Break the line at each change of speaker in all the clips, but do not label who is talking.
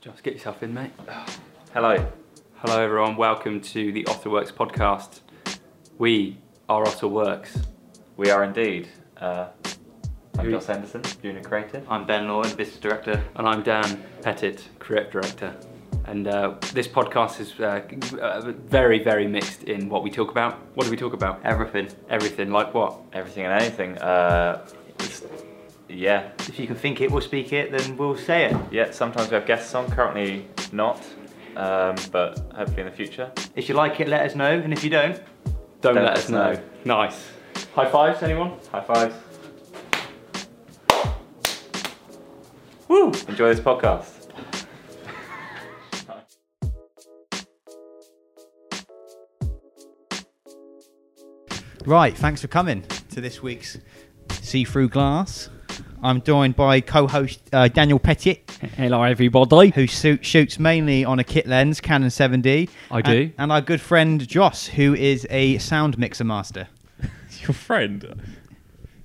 Just get yourself in, mate.
Hello.
Hello, everyone. Welcome to the Otterworks podcast. We are Otterworks.
We are indeed. Uh, I'm
Who-
Josh Anderson, junior creative.
I'm Ben Lawton, business director.
And I'm Dan Pettit, creative director. And uh, this podcast is uh, uh, very, very mixed in what we talk about. What do we talk about?
Everything.
Everything, like what?
Everything and anything. Uh, it's- yeah.
If you can think it, we'll speak it, then we'll say it.
Yeah, sometimes we have guests on, currently not, um, but hopefully in the future.
If you like it, let us know, and if you don't,
Don't, let us know. Nice. High fives, anyone?
High fives.
Woo!
Enjoy this podcast.
Right, thanks for coming to this week's See Through Glass. I'm joined by co-host uh, Daniel Pettit,
Hello, everybody.
who shoot, shoots mainly on a kit lens, Canon 7D.
I
and-
do.
And, our good friend Joss, who is a sound mixer master.
Your friend,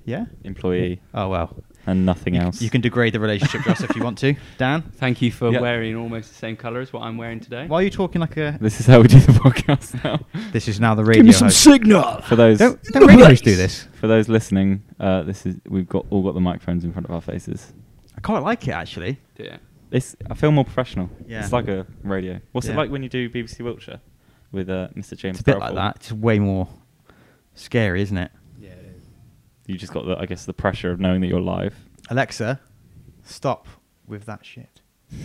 Yeah?
employee,
Oh, well.
and nothing else.
You can degrade the relationship, Joss, if you want to. Dan?
Thank you for
Yeah.
wearing almost the same colour as what I'm wearing today.
Why are you talking like a...
This is how we do the podcast now.
This is now the radio host.
signal.
For those
Don't, don't radio hosts do this?
for those listening, uh, this is we've got all got the microphones in front of our faces.
I quite like it, actually.
Yeah.
It's I feel more professional.
Yeah.
It's like a radio. What's
Yeah.
it like when you do BBC Wiltshire with uh, Mr. James?
It's a bit like
Balfour?
that. It's way more scary, isn't it?
Yeah, it is.
You just got the I guess the pressure of knowing that you're live.
Alexa, stop with that shit.
Uh,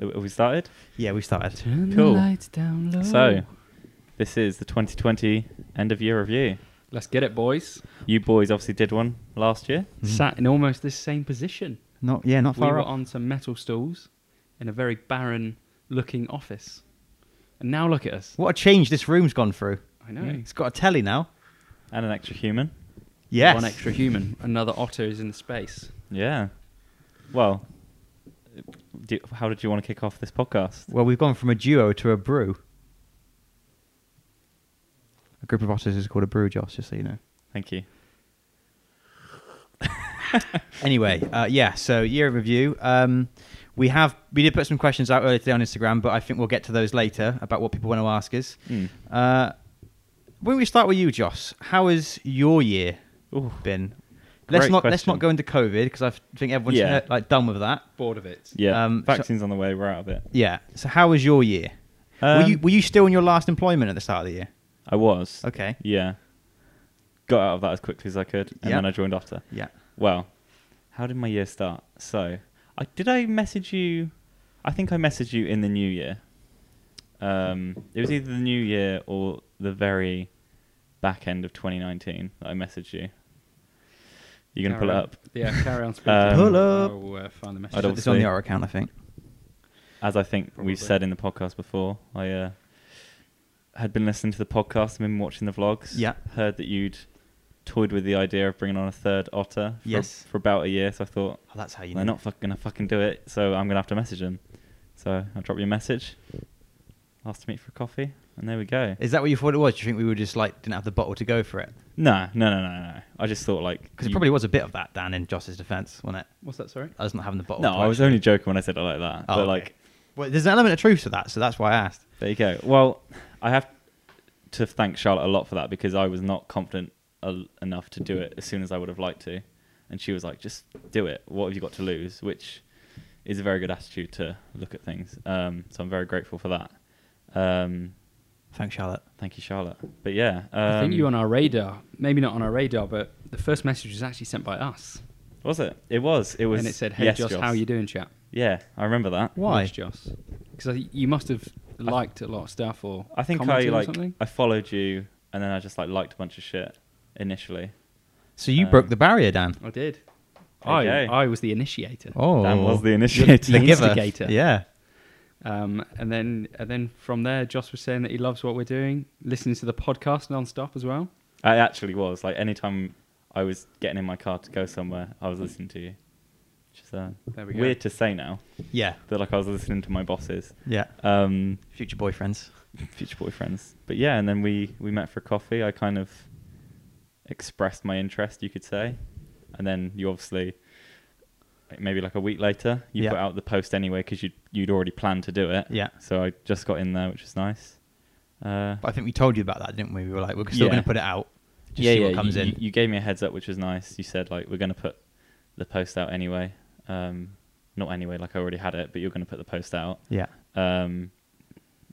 Have have we started?
Yeah, we started.
Turn
Cool.
the lights down low.
So, this is the 2020 end of year review.
Let's get it, boys.
You boys obviously did one last year.
Sat in almost this same position.
Not yeah, not
we
far
were
off.
on some metal stools in a very barren looking office. And now look at us.
What a change this room's gone through.
I know.
It's got a telly now.
And an extra human.
Yes.
One extra human. Another otter is in the space.
Yeah. Well, do, how did you want to kick off this podcast?
Well, we've gone from a duo to a brew. A group of otters is called a brew, Josh, just so you know.
Thank you.
Anyway, uh, yeah, so year of review. Um, we have we did put some questions out earlier today on Instagram, but I think we'll get to those later about what people want to ask us.
Mm.
Uh, when we start with you, Josh, how has your year
Ooh.
been? Let's
Great
not let's
question.
not go into COVID because I think everyone's
Yeah.
uh, like done with that.
Bored of it.
Yeah,
Um, so-
vaccines on the way. We're out of it.
Yeah. So how was your year? were
Um,
you were you still in your last employment at the start of the year?
I was.
Okay.
Yeah. Got out of that as quickly as I could, and
Yeah.
then I joined after.
Yeah.
Well, how did my year start? So, I did I message you? I think I messaged you in the new year. Um, it was either the new year or the very back end of 2019 that I messaged you. You're gonna pull it up.
Yeah, carry on speaking.
Um,
Pull up.
I'll uh, find the
I
message.
don't-
Put this on
obviously-
the R account, I think.
as I think
Probably.
we've said in the podcast before, I uh, had been listening to the podcast and been watching the vlogs.
Yeah.
Heard that you'd toyed with the idea of bringing on a third otter for,
Yes.
for about a year. So I thought,
Oh, that's how you
they're not fuck- going to fucking do it. So I'm going to have to message them. So I dropped you a message, asked to meet for coffee, and there we go.
Is that what you thought it was? Do you think we were just like didn't have the bottle to go for it?
No, no, no, no, no. I just thought, like.
Because it
you-
probably was a bit of that, Dan, in Joss's defence, wasn't it?
What's that, sorry?
I was not having the bottle.
No,
to
I was
actually-
only joking when I said it like that.
Oh,
but,
okay.
like,
Well, there's an element of truth to that, so that's why I asked.
There you go. Well, I have to thank Charlotte a lot for that because I was not confident el- enough to do it as soon as I would have liked to, and she was like, "Just do it. What have you got to lose?" Which is a very good attitude to look at things. Um, so I'm very grateful for that. Um,
Thanks, Charlotte.
thank you, Charlotte. But yeah, um,
I think you were on our radar. Maybe not on our radar, but the first message was actually sent by us.
was it? It was. It was.
and it said, "Hey,
yes,
Joss, how you doing, chap?"
Yeah, I remember that.
Why?
Yes, Joss? Because you must have liked a lot of stuff, or
I think I
commented on
like
something.
I followed you, and then I just like liked a bunch of shit initially.
So you
Um,
broke the barrier, Dan.
I did.
There
I
you go.
I was the initiator.
Oh,
Dan was the initiator.
the giver.
instigator.
Yeah.
Um, and then and then from there, Joss was saying that he loves what we're doing, listening to the podcast non-stop as well.
I actually was. Like anytime I was getting in my car to go somewhere, I was listening to you. Which is uh,
There we go.
weird to say now.
Yeah.
That like I was listening to my bosses,
Yeah.
um,
Future boyfriends.
future boyfriends. But yeah, and then we we met for coffee. I kind of expressed my interest, you could say, and then you obviously like, maybe like a week later, you
Yeah.
put out the post anyway because you'd you'd already planned to do it.
Yeah.
So I just got in there, which is nice. Uh,
But I think we told you about that, didn't we? We were like, we're still
Yeah.
going to put it out. Just
yeah,
see
yeah.
what comes
you,
in.
you- you gave me a heads up, which was nice. You said like we're gonna put the post out anyway. Um, not anyway, like I already had it, but you're gonna put the post out.
yeah.
Um,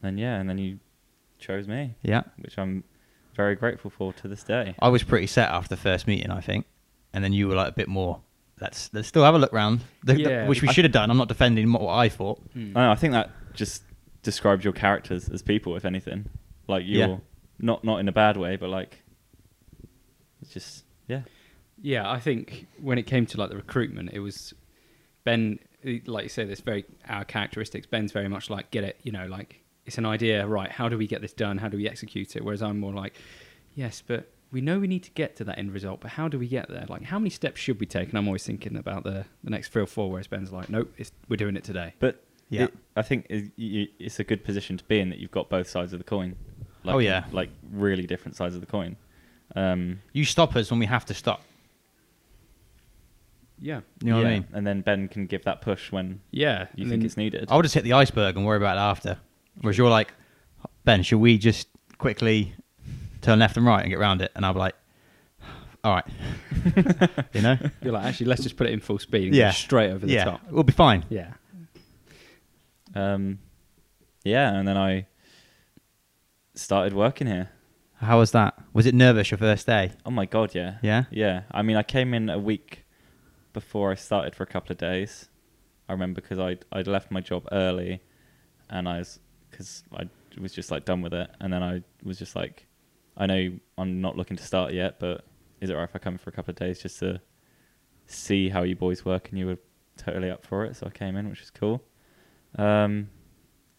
and yeah, and then you chose me,
Yeah.
which I'm very grateful for to this day.
I was pretty set after the first meeting, I think, and then you were like a bit more. Let's let's still have a look round, the, the-
Yeah.
which we
I-
should have done. I'm not defending what, what I thought.
I, don't know, I think that just describes your characters as people, if anything. Like
Yeah.
you're not not in a bad way, but like it's just yeah,
Yeah, I think when it came to like the recruitment, it was Ben, like you say, this very our characteristics. Ben's very much like get it, you know, like it's an idea, right? How do we get this done? How do we execute it? Whereas I'm more like, yes, but we know we need to get to that end result, but how do we get there? Like, how many steps should we take? And I'm always thinking about the the next three or four. Whereas Ben's like, nope, it's, we're doing it today.
but
Yeah.
it- I think i- you- it's a good position to be in that you've got both sides of the coin. Like,
Oh, yeah.
like really different sides of the coin. Um,
You stop us when we have to stop.
Yeah,
You know what I
yeah,
mean?
And then Ben can give that push when
yeah.
you think
and then-
it's needed.
I would just hit the iceberg and worry about it after. Whereas you're like, Ben, should we just quickly turn left and right and get round it? And I'll be like, all right, you know,
You're like, actually, let's just put it in full speed and
yeah,
go straight over the
yeah.
top.
we'll be fine.
Yeah.
Um, yeah, and then I started working here.
How was that? Was it nervous your first day?
Oh my god, yeah.
Yeah?
Yeah. I mean, I came in a week before I started for a couple of days. I remember because I would I'd left my job early, and I was because I was just like done with it, and then I was just like, I know I'm not looking to start yet, but is it right if I come in for a couple of days just to see how you boys work? And you were totally up for it, so I came in, which is cool. Um,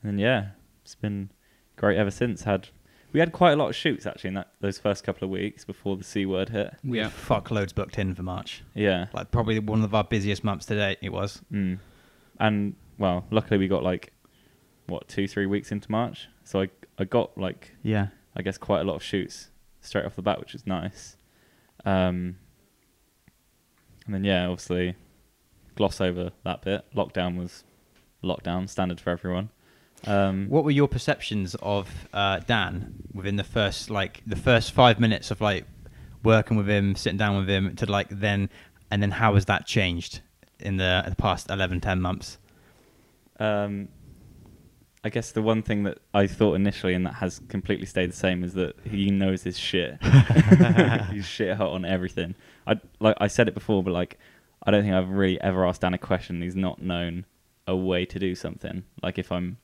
and then, yeah, it's been great ever since. Had we had quite a lot of shoots actually in that those first couple of weeks before the C word hit.
Yeah.
Fuck loads booked in for March.
Yeah.
Like probably one of our busiest months to date. It was.
Mm. And well, luckily we got like what two, three weeks into March, so I I got like
Yeah.
I guess quite a lot of shoots straight off the bat, which is nice. Um, and then yeah, obviously gloss over that bit. Lockdown was lockdown standard for everyone. Um,
What were your perceptions of uh, Dan within the first like the first five minutes of like working with him, sitting down with him to like then and then how has that changed in the, the past 11, 10 months?
Um, I guess the one thing that I thought initially, and that has completely stayed the same, is that he knows his shit. He's shit hot on everything. I like I said it before, but like I don't think I've really ever asked Dan a question. He's not known a way to do something. Like if I'm,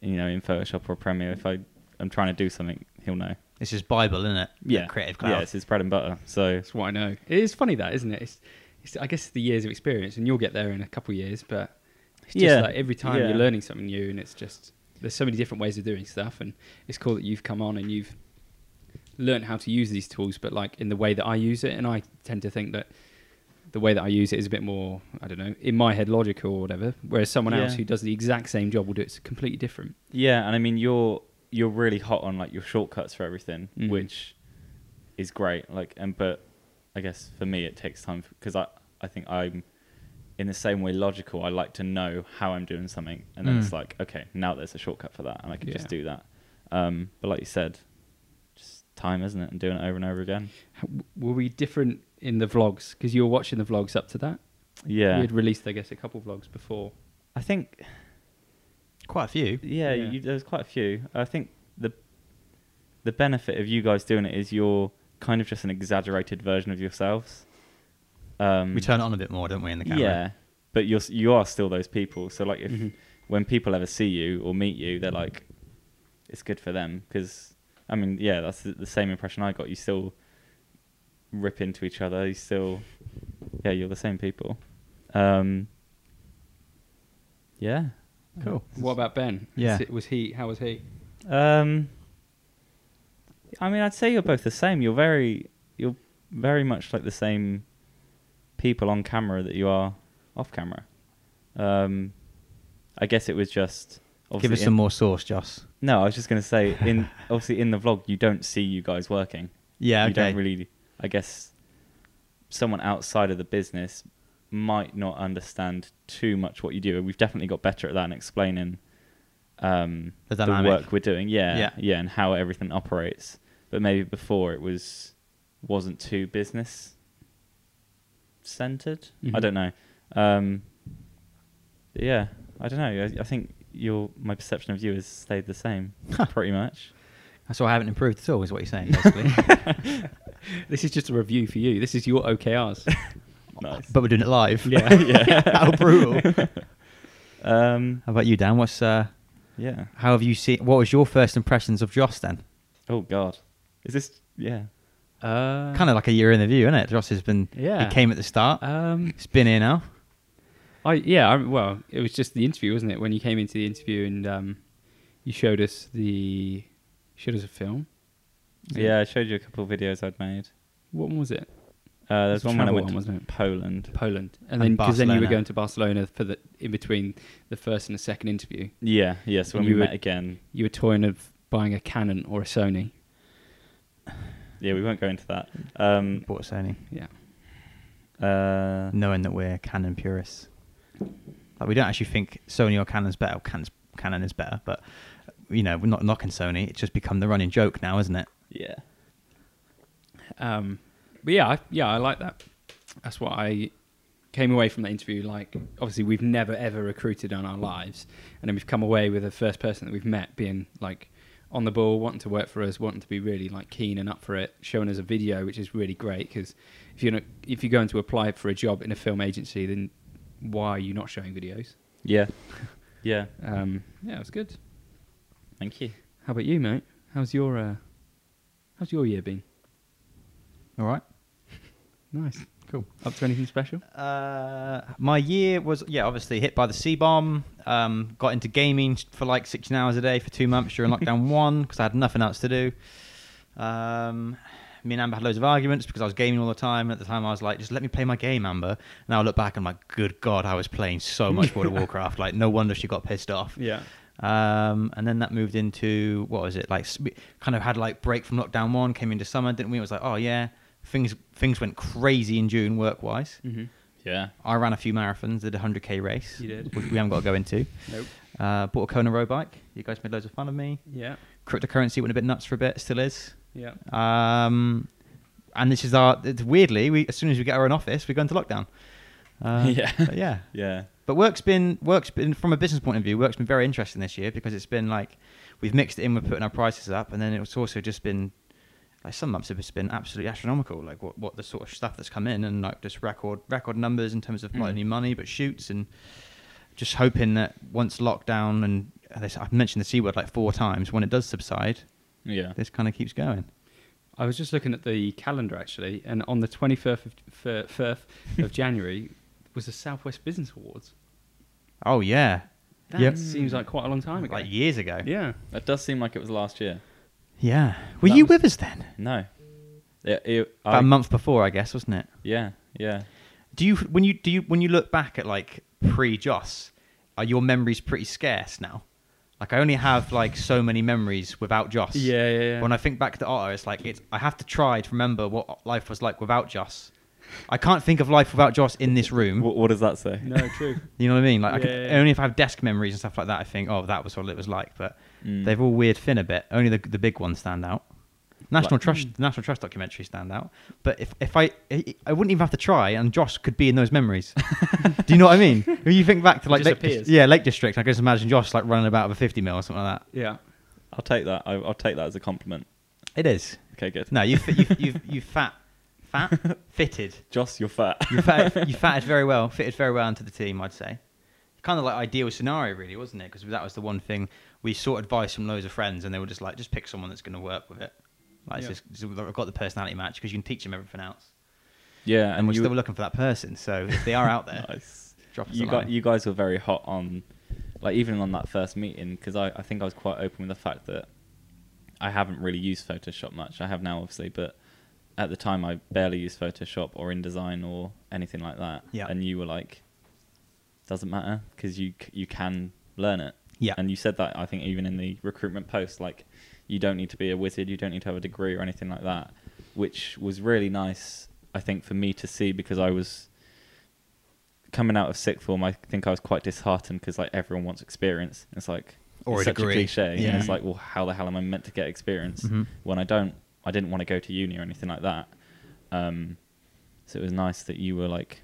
you know, in Photoshop or Premiere, if I I'm trying to do something, he'll know.
It's his Bible, isn't it? Creative Cloud.
Yeah, it's his bread and butter. So
That's what I know. It is funny that, isn't it? It's, it's I guess it's the years of experience, and you'll get there in a couple of years. But it's just
Yeah.
like every time
Yeah.
you're learning something new, and it's just there's so many different ways of doing stuff, and it's cool that you've come on and you've learned how to use these tools, but like in the way that I use it, and I tend to think that the way that I use it is a bit more, I don't know, in my head logical or whatever. Whereas someone else
Yeah.
who does the exact same job will do it completely different.
Yeah, and I mean you're you're really hot on like your shortcuts for everything,
Mhm.
which is great. Like, and but I guess for me it takes time because I I think I'm in the same way logical. I like to know how I'm doing something, and then
Mm.
it's like okay, now there's a shortcut for that, and I can just
Yeah.
do that. Um, but like you said, just time, isn't it? And doing it over and over again.
How- Were we different in the vlogs? Because you were watching the vlogs up to that.
Yeah,
We had released, I guess, a couple vlogs before.
I think
Quite a few.
Yeah,
Yeah.
You, there's quite a few. I think the the benefit of you guys doing it is you're kind of just an exaggerated version of yourselves. Um,
We turn it on a bit more, don't we, in the camera? Mm-hmm.
yeah, but you're s- you are still those people. So like, if
Mhm.
when people ever see you or meet you, they're like, it's good for them because I mean, yeah, that's the, the same impression I got. You still rip into each other. You still, yeah, you're the same people. Um, yeah,
Cool.
What about Ben?
Yeah.
Is it- was he? How was he?
Um, I mean, I'd say you're both the same. You're very, you're very much like the same people on camera that you are off camera. Um, I guess it was just
Give
obviously
us
in-
some more sauce, Joss.
No, I was just gonna say in obviously in the vlog you don't see you guys working.
Yeah,
You
okay.
don't really. I guess someone outside of the business might not understand too much what you do. We've definitely got better at that and explaining um,
The dynamic.
work we're doing. Yeah,
Yeah.
yeah, and how everything operates. But maybe before it was wasn't too business centered. I
Mm-hmm.
Mhm.
don't know. Um, yeah, I don't know. I, I think your my perception of you has stayed the same, pretty much.
So I haven't improved at all, is what you're saying, basically.
This is just a review for you. This is your OKRs.
Nice.
but we're doing it live.
Yeah.
Yeah.
how brutal.
Um,
How about you, Dan? What's uh,
yeah.
how have you seen? What was your first impressions of Joss then?
Oh God, is this? Yeah.
uh,
Kind of like a year in the view, isn't it? Joss has been.
Yeah.
He came at the start.
Um,
It's been here now.
I yeah. I, well, it was just the interview, wasn't it? When you came into the interview and um, you showed us the showed us a film.
Yeah, I showed you a couple of videos I'd made.
What one was it?
Uh,
It's
there's
a
one when I
travel
went
one,
to
wasn't it?
Poland.
Poland, and
And
then because then you were
Barcelona.
going to Barcelona for the in between the first and the second interview.
Yeah, yeah. So when
And
we
you were-
met again,
You were toying of buying a Canon or a Sony.
yeah, we won't go into that. Um,
Bought Sony,
Yeah.
uh,
knowing that we're Canon purists. Like we don't actually think Sony or Canon's better. or Canon's, Canon is better, but you know we're not knocking Sony. It's just become the running joke now, isn't it?
yeah,
Um, but yeah, I, yeah, I like that. That's what I came away from the interview. Like, obviously, we've never ever recruited in our lives, and then we've come away with the first person that we've met being like on the ball, wanting to work for us, wanting to be really like keen and up for it, showing us a video, which is really great because if you're not, if you're going to apply for a job in a film agency, then why are you not showing videos?
yeah, yeah.
Um, yeah, it was good.
Thank you.
How about you, mate? How's your uh, how's your year been?
All right.
Nice.
Cool.
Up to anything special?
Uh, my year was yeah, obviously hit by the C bomb. Um, got into gaming for like 16 hours a day for two months during lockdown one because I had nothing else to do. Um, me and Amber had loads of arguments because I was gaming all the time. And at the time, I was like, just let me play my game, Amber. And I look back and I'm like, good God, I was playing so much World of Warcraft. Like, no wonder she got pissed off.
Yeah.
Um, and then that moved into what was it like? s- we Kind of had like break from lockdown one, came into summer, didn't we? It was like, oh yeah, things things went crazy in June work wise.
Mm-hmm.
Yeah,
I ran a few marathons, did a 100k race.
You did.
Which we haven't got to go into.
Nope.
Uh, bought a Kona road bike. You guys made loads of fun of me.
Yeah.
Cryptocurrency went a bit nuts for a bit, still is.
Yeah.
Um, and this is our, it's weirdly, we, as soon as we get our own office, we go into lockdown. Uh,
Yeah.
But yeah.
yeah,
But work's been work's been from a business point of view, work's been very interesting this year because it's been like we've mixed it in with putting our prices up, and then it's also just been like some months have just been absolutely astronomical, like what what the sort of stuff that's come in and like just record record numbers in terms of not
Mm.
only money but shoots and just hoping that once lockdown and and this, I've mentioned the c word like four times when it does subside,
yeah.
this kind of keeps going.
I was just looking at the calendar actually, and on the 25th of, fir- firth of January was the Southwest Business Awards.
Oh yeah,
That
Yep.
seems like quite a long time ago.
like years ago.
yeah.
That does seem like it was last year.
Yeah. Were
That
you
was-
with us then?
No. Um, It, it,
About
I-
a month before, I guess, wasn't it?
Yeah, yeah.
Do you when you do you when you look back at like pre Joss, are your memories pretty scarce now? Like I only have like so many memories without Joss.
Yeah, yeah, yeah.
When I think back to Otto, it's like it's I have to try to remember what life was like without Joss. I can't think of life without Joss in this room.
What, what does that say?
No, true.
You know what I mean? Like I
Yeah,
could,
yeah.
only if I have desk memories and stuff like that, I think, oh, that was what it was like. But
Mm.
they've all weird thin a bit. Only the the big ones stand out. National
Like-
Trust, the National Trust documentary stand out. But if if I I I wouldn't even have to try, and Josh could be in those memories. Do you know what I mean? When you think back to like
just
Lake, Dis-
appears.
yeah Lake District, I can just imagine Josh like running about with a fifty mil or something like
yeah.
I'll take that. I, I'll take that as a compliment.
that. It is.
Okay, good.
No, you fi- you you you fat fat fitted.
Joss, you're fat.
You fatted, you fatted very well, fitted very well into the team, I'd say. Kind of like ideal scenario, really, wasn't it? Because that was the one thing we sought advice from loads of friends, and they were just like, just pick someone that's going to work with it. Like,
Yeah.
it's just, I've got the personality match because you can teach them everything else.
yeah,
And,
and
we're
you
still looking for that person. So if they are out there,
nice.
drop us
you
a
got
line.
you guys were very hot on like even on that first meeting because I, I think i was quite open with the fact that i haven't really used photoshop much i have now obviously but at the time i barely used photoshop or indesign or anything like that
Yeah.
and you were like doesn't matter because you c- you can learn it
Yeah.
and you said that i think even in the recruitment post like you don't need to be a wizard you don't need to have a degree or anything like that which was really nice i think for me to see because i was coming out of sixth form, I think I was quite disheartened because like everyone wants experience. It's like it's
Or a
such
degree.
a cliche. Yeah.
Yeah.
it's like, well, how the hell am I meant to get experience
Mhm.
when I don't? I didn't want to go to uni or anything like that. Um, so it was nice that you were like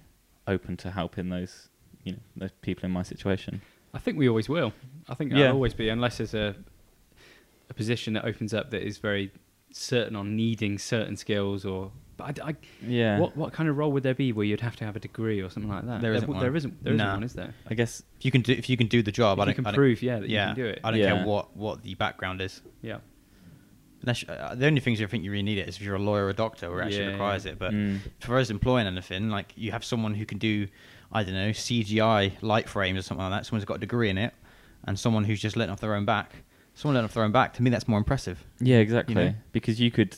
open to helping those, you know, those people in my situation.
I think we always will. I think
Yeah.
I'll always be, unless there's a a position that opens up that is very certain on needing certain skills or. But I, I-
Yeah.
What what kind of role would there be where you'uld have to have a degree or something like that?
There isn't
w- there
one.
isn't. There not
Nah.
one, is there?
I guess
If you can do if you can do the job,
If
I
you
don't.
can
I don't-
prove, yeah, that you
yeah,
can do it.
I don't
Yeah.
care what what the background is.
Yeah.
Unless, uh, the only things I think you really need it is if you're a lawyer or a doctor, where it actually
Yeah,
requires
yeah.
it. But
Mm.
for us employing anything, like you have someone who can do, I don't know, CGI light frames or something like that. Someone's got a degree in it, and someone who's just letting off their own back. Someone letting off their own back. To me, that's more impressive.
yeah, exactly.
know?
Because you could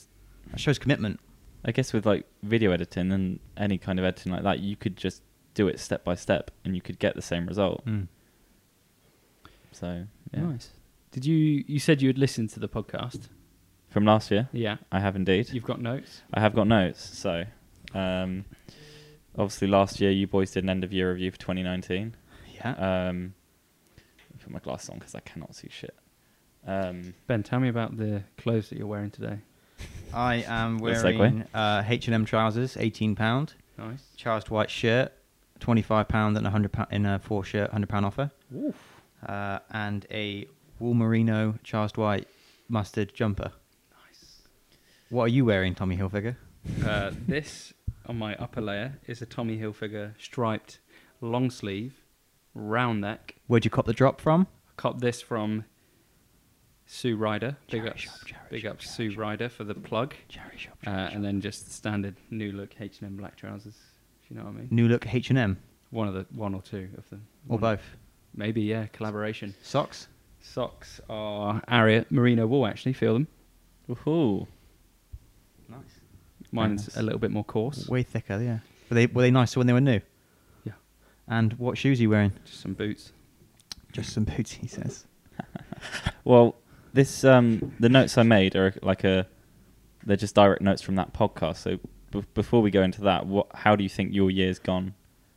That shows commitment.
I guess with like video editing and any kind of editing like that, you could just do it step by step, and you could get the same result. So yeah.
Nice. Did you you said you had listened to the podcast?
from last year,
Yeah.
I have indeed.
You've got notes.
I have got notes. So um, obviously, last year you boys did an end of year review for 2019.
Yeah.
Um, put my glasses on because I cannot see shit. Um,
Ben, tell me about the clothes that you're wearing today.
I am
Little segue.
wearing uh, H&M trousers, eighteen pound.
Nice.
Charles White shirt, twenty five pound and a hundred pound in a four shirt, hundred pound offer. Uh, and a wool merino Charles White mustard jumper.
Nice.
What are you wearing, Tommy Hilfiger?
Uh, this on my upper layer is a Tommy Hilfiger striped long sleeve, round neck.
Where'd you cop the drop from?
I copped this from Sue Ryder. Big
Charity
up,
shop, charity
big
shop,
up
charity
Sue
shop.
Ryder for the plug,
Cherry shop.
uh, and then just the standard new look H and M black trousers. If you know what I mean.
New look H and M
One of the one or two of them.
or
One-
both.
Maybe yeah, collaboration.
Socks.
Socks are Aria Merino wool actually. Feel them.
woohoo!
Nice.
Mine's
nice.
a little bit more coarse.
Way thicker, yeah. Were they were they nicer when they were new?
Yeah.
And what shoes are you wearing?
Just some boots.
Just some boots, he says.
Well, this um, the notes I made are like a they're just direct notes from that podcast. So b- before we go into that, what how do you think your year's gone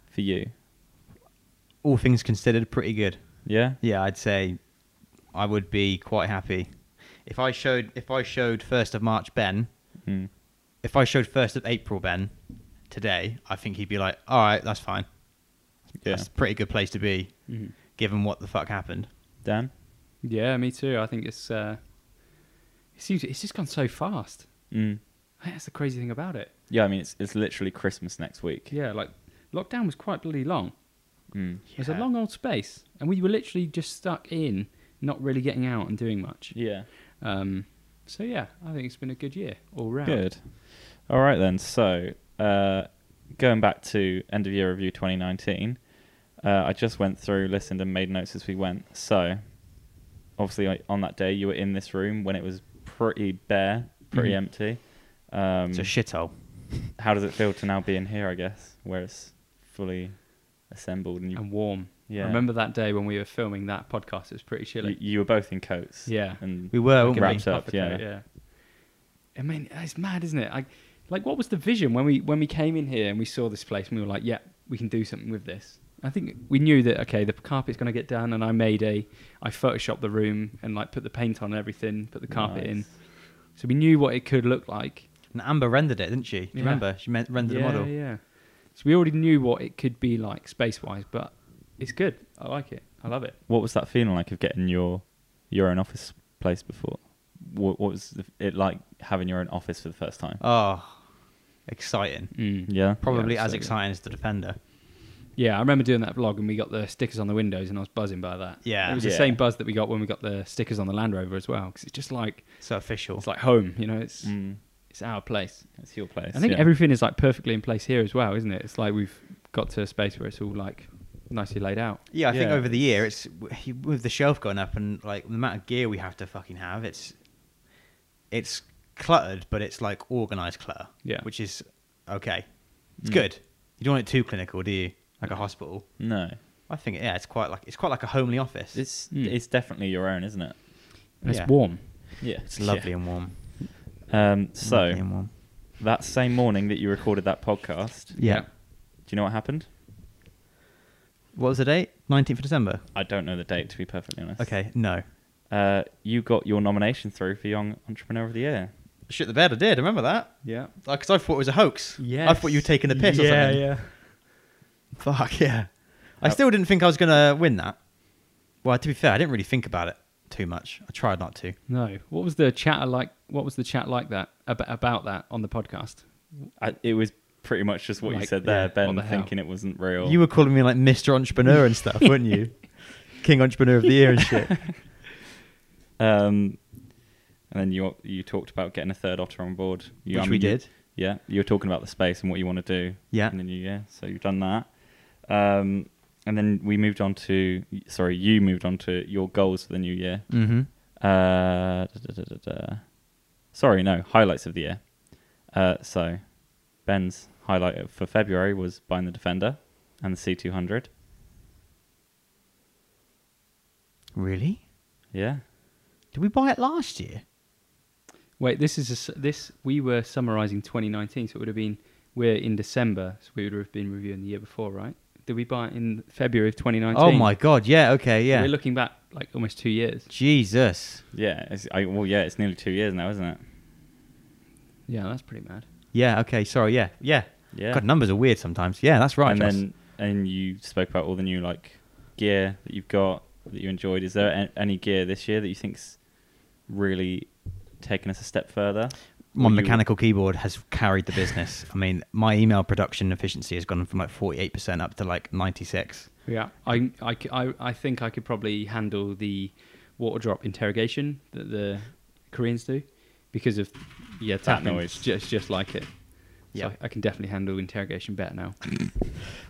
for you?
All things considered, pretty good.
Yeah,
Yeah, I'd say I would be quite happy if I showed if I showed first of March Ben,
Mm.
if I showed first of April Ben today, I think he'd be like, "All right, that's fine.
yeah.
That's a pretty good place to be,
mm-hmm.
Mhm.
given what the fuck happened."
Dan,
Yeah, me too. I think it's uh, it seems it's just gone so fast.
mm.
I think That's the crazy thing about it.
yeah. I mean, it's it's literally Christmas next week.
Yeah, like lockdown was quite bloody long.
Mm.
It was a long old space, and we were literally just stuck in, not really getting out and doing much.
yeah.
Um, so yeah, I think it's been a good year all round.
Good. All right then. So, uh, going back to end of year review 2019, uh, I just went through, listened, and made notes as we went. So, obviously, I, on that day, you were in this room when it was pretty bare, pretty
Mhm.
empty. Um,
It's
Mm.
a shithole.
how does it feel to now be in here? I guess where it's fully assembled and you,
and warm.
Yeah.
I remember that day when we were filming that podcast. It was pretty
you,
chilly.
you were both in coats.
Yeah.
and
We were,
like
weren't
a
we?
wrapped up.
Uppercut,
Yeah.
I mean, it's mad, isn't it? I, like, what was the vision when we when we came in here and we saw this place and we were like, yeah, we can do something with this. I think we knew that okay, the carpet's going to get done, and I made a, I photoshopped the room and like put the paint on and everything, put the carpet in,
Nice.
so we knew what it could look like.
And Amber rendered it, didn't she? Do you
Yeah.
remember? She men- rendered the
yeah,
model.
yeah. So we already knew what it could be like space wise, but it's good. I like it. I love it.
What was that feeling like of getting your your own office place before? What, what was the, it like having your own office for the first time?
Oh, exciting.
yeah,
Probably
Yeah,
as
so good.
exciting as the Defender.
Yeah, I remember doing that vlog and we got the stickers on the windows and I was buzzing by that.
Yeah.
It was the
Yeah.
same buzz that we got when we got the stickers on the Land Rover as well because it's just like
So official.
it's like home, you know, it's
Mm,
it's our place.
it's your place.
I think
yeah.
everything is like perfectly in place here as well, isn't it? It's like we've got to a space where it's all like nicely laid out.
Yeah, I think
Yeah.
over the year, it's w- with the shelf going up and like the amount of gear we have to fucking have, it's it's cluttered, but it's like organized clutter.
Yeah.
which is okay. It's
Mm.
good. You don't want it too clinical, do you? Like a hospital.
no,
I think yeah, it's quite like it's quite like a homely office.
it's
Mm.
it's definitely your own, isn't it?
And
Yeah.
it's warm.
Yeah,
It's lovely and warm.
Um,
Lovely
so
and warm.
that same morning that you recorded that podcast, do
Yeah.
Yeah.
you know what happened?
What was the date? 19th of December.
I don't know the date, to be perfectly honest.
Okay, no.
Uh, you got your nomination through for Young Entrepreneur of the Year.
Shit the bed, I did. Remember that?
Yeah.
Because I thought it was a hoax. I thought you were taking the piss or
Yeah,
something.
yeah.
Fuck yeah. I
Yep.
still didn't think I was gonna win that. Well, to be fair, I didn't really think about it too much. I tried not to.
No. What was the chat like? What was the chat like that ab- about that on the podcast?
I, it was pretty much just what you
Like,
said there,
yeah, what
Ben,
the hell?
thinking it wasn't real.
You were calling me like Mr. Entrepreneur and stuff, weren't you? King Entrepreneur of the Year and shit.
um, and then you you talked about getting a third otter on board. You,
Which we
you-
did.
yeah, you were talking about the space and what you want to do.
Yeah.
in the new year. So you've done that, um, and then we moved on to sorry, you moved on to your goals for the new year.
Mm-hmm.
Uh, da, da, da, da, da. Sorry, no highlights of the year. Uh, so Ben's highlight for February was buying the Defender and the C two hundred.
Really?
Yeah,
Did we buy it last year?
Wait, this is a s this we were summarizing 2019, so it would have been we're in December, so we would have been reviewing the year before, right? Did we buy it in February of 2019?
Oh my god, yeah, okay, yeah.
We're looking back like almost two years.
Jesus.
yeah. It's, I, well, yeah, it's nearly two years now, isn't it?
Yeah, that's pretty mad.
Yeah, okay, sorry, yeah, yeah.
Yeah.
God, numbers are weird sometimes. Yeah, that's right.
and
Joss.
then and you spoke about all the new like gear that you've got that you enjoyed. Is there a- any gear this year that you think's really taken us a step further?
my
Or you-
mechanical keyboard has carried the business. I mean, my email production efficiency has gone from like 48% up to like 96.
Yeah, I, I, c- I- I think I could probably handle the water drop interrogation that the Koreans do because of yeah tap
noise.
noise. Just just like it.
Yeah.
Yeah, I, I can definitely handle interrogation better now.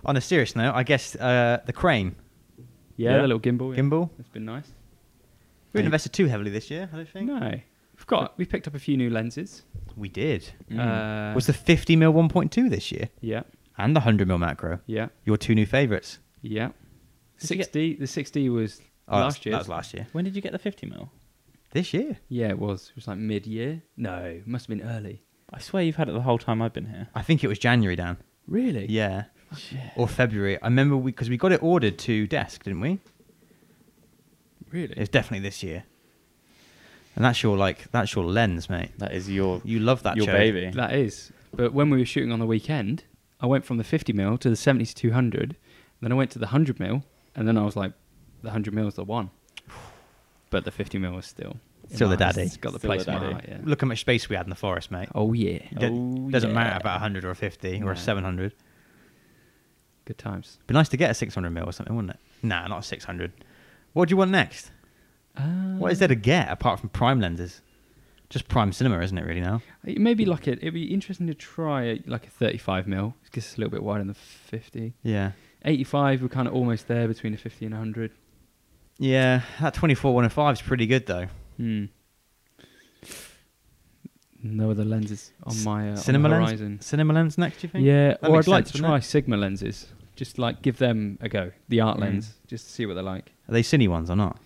On a serious note, I guess uh, the crane.
Yeah.
Yeah, the little gimbal. Yeah.
Gimbal?
That's been nice.
We
Hey.
didn't invested too heavily this year, I don't think.
No, we've got we picked up a few new lenses.
We did.
Uh,
Mm. was the 50 mil 1.2 this year
yeah,
and the 100 mil macro
yeah,
your two new favorites?
yeah.
Did you get-
Sixty. The sixty was
Oh,
last
that's-
year.
That was last year.
When did you get the fifty mil?
This year?
Yeah, it was. It was like mid-year. No, must have been early.
I swear you've had it the whole time I've been here.
I think it was January, Dan.
Really?
Yeah. Or February. I remember we because we got it ordered to desk, didn't we?
Really?
It's definitely this year. And that's your like that's your lens, mate.
That is your
You love that
your
show.
baby.
That is. But when we were shooting on the weekend, I went from the 50 mil to the 70 to 200. Then I went to the 100 mil, and then I was like, the 100 mil is the one. But the 50 mil is still in
Still
my
the
heart.
daddy.
It's got the
Still
place
the
in my
daddy.
heart, yeah.
Look how much space we had in the forest, mate.
Oh yeah,
Do-
Oh,
doesn't matter
yeah.
about a 100 or a 50 or
No.
a 700.
good times.
Be nice to get a 600 mil or something, wouldn't it? Nah, not a 600. What do you want next?
Uh,
What is there to get apart from prime lenses? Just prime cinema, isn't it? Really now?
Maybe like it. It'd be interesting to try a, like a 35 mil. It's just a little bit wider than the 50.
Yeah.
85, we're kind of almost there between the 50 and 100.
Yeah, that 24 105 is pretty good though.
Hmm. No other lenses on my, uh, on the
cinema lens.
horizon.
Cinema lens next, do you think?
Yeah,
That
or I'd
makes
like
sense,
to
wouldn't
try Sigma lenses. Just like give them a go, the art
Mm.
lens, just to see what they're like.
Are they cine ones or not?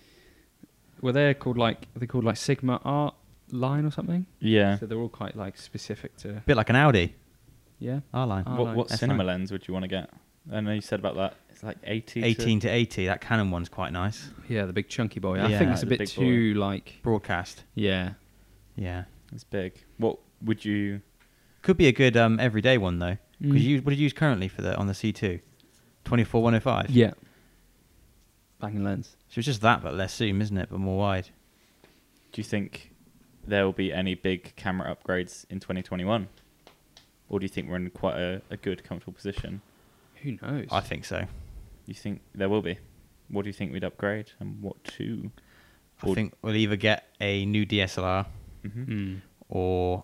Well, they're called like they're called like Sigma Art Line or something.
Yeah.
So they're all quite like specific to
bit like an Audi
yeah.
R line.
Oh,
what
like
what
S9.
cinema lens would you want to get? I know you said about that. It's like eighty.
18 to 80. That Canon one's quite nice.
Yeah, the big chunky boy. I
Yeah,
think that's a
the
bit
big boy.
too like
Broadcast.
yeah.
Yeah.
It's big. What would you?
Could be a good um, everyday one though. Because
Mm.
you what do you use currently for the on the C2? 24 105.
Yeah. Banging lens.
So it's just that, but less zoom, isn't it? But more wide.
Do you think there will be any big camera upgrades in 2021? Or do you think we're in quite a, a good, comfortable position?
Who knows?
I think so.
You think there will be? What do you think we'd upgrade and what to?
I think we'll either get a new DSLR Mm-hmm.
hmm
Mm.
or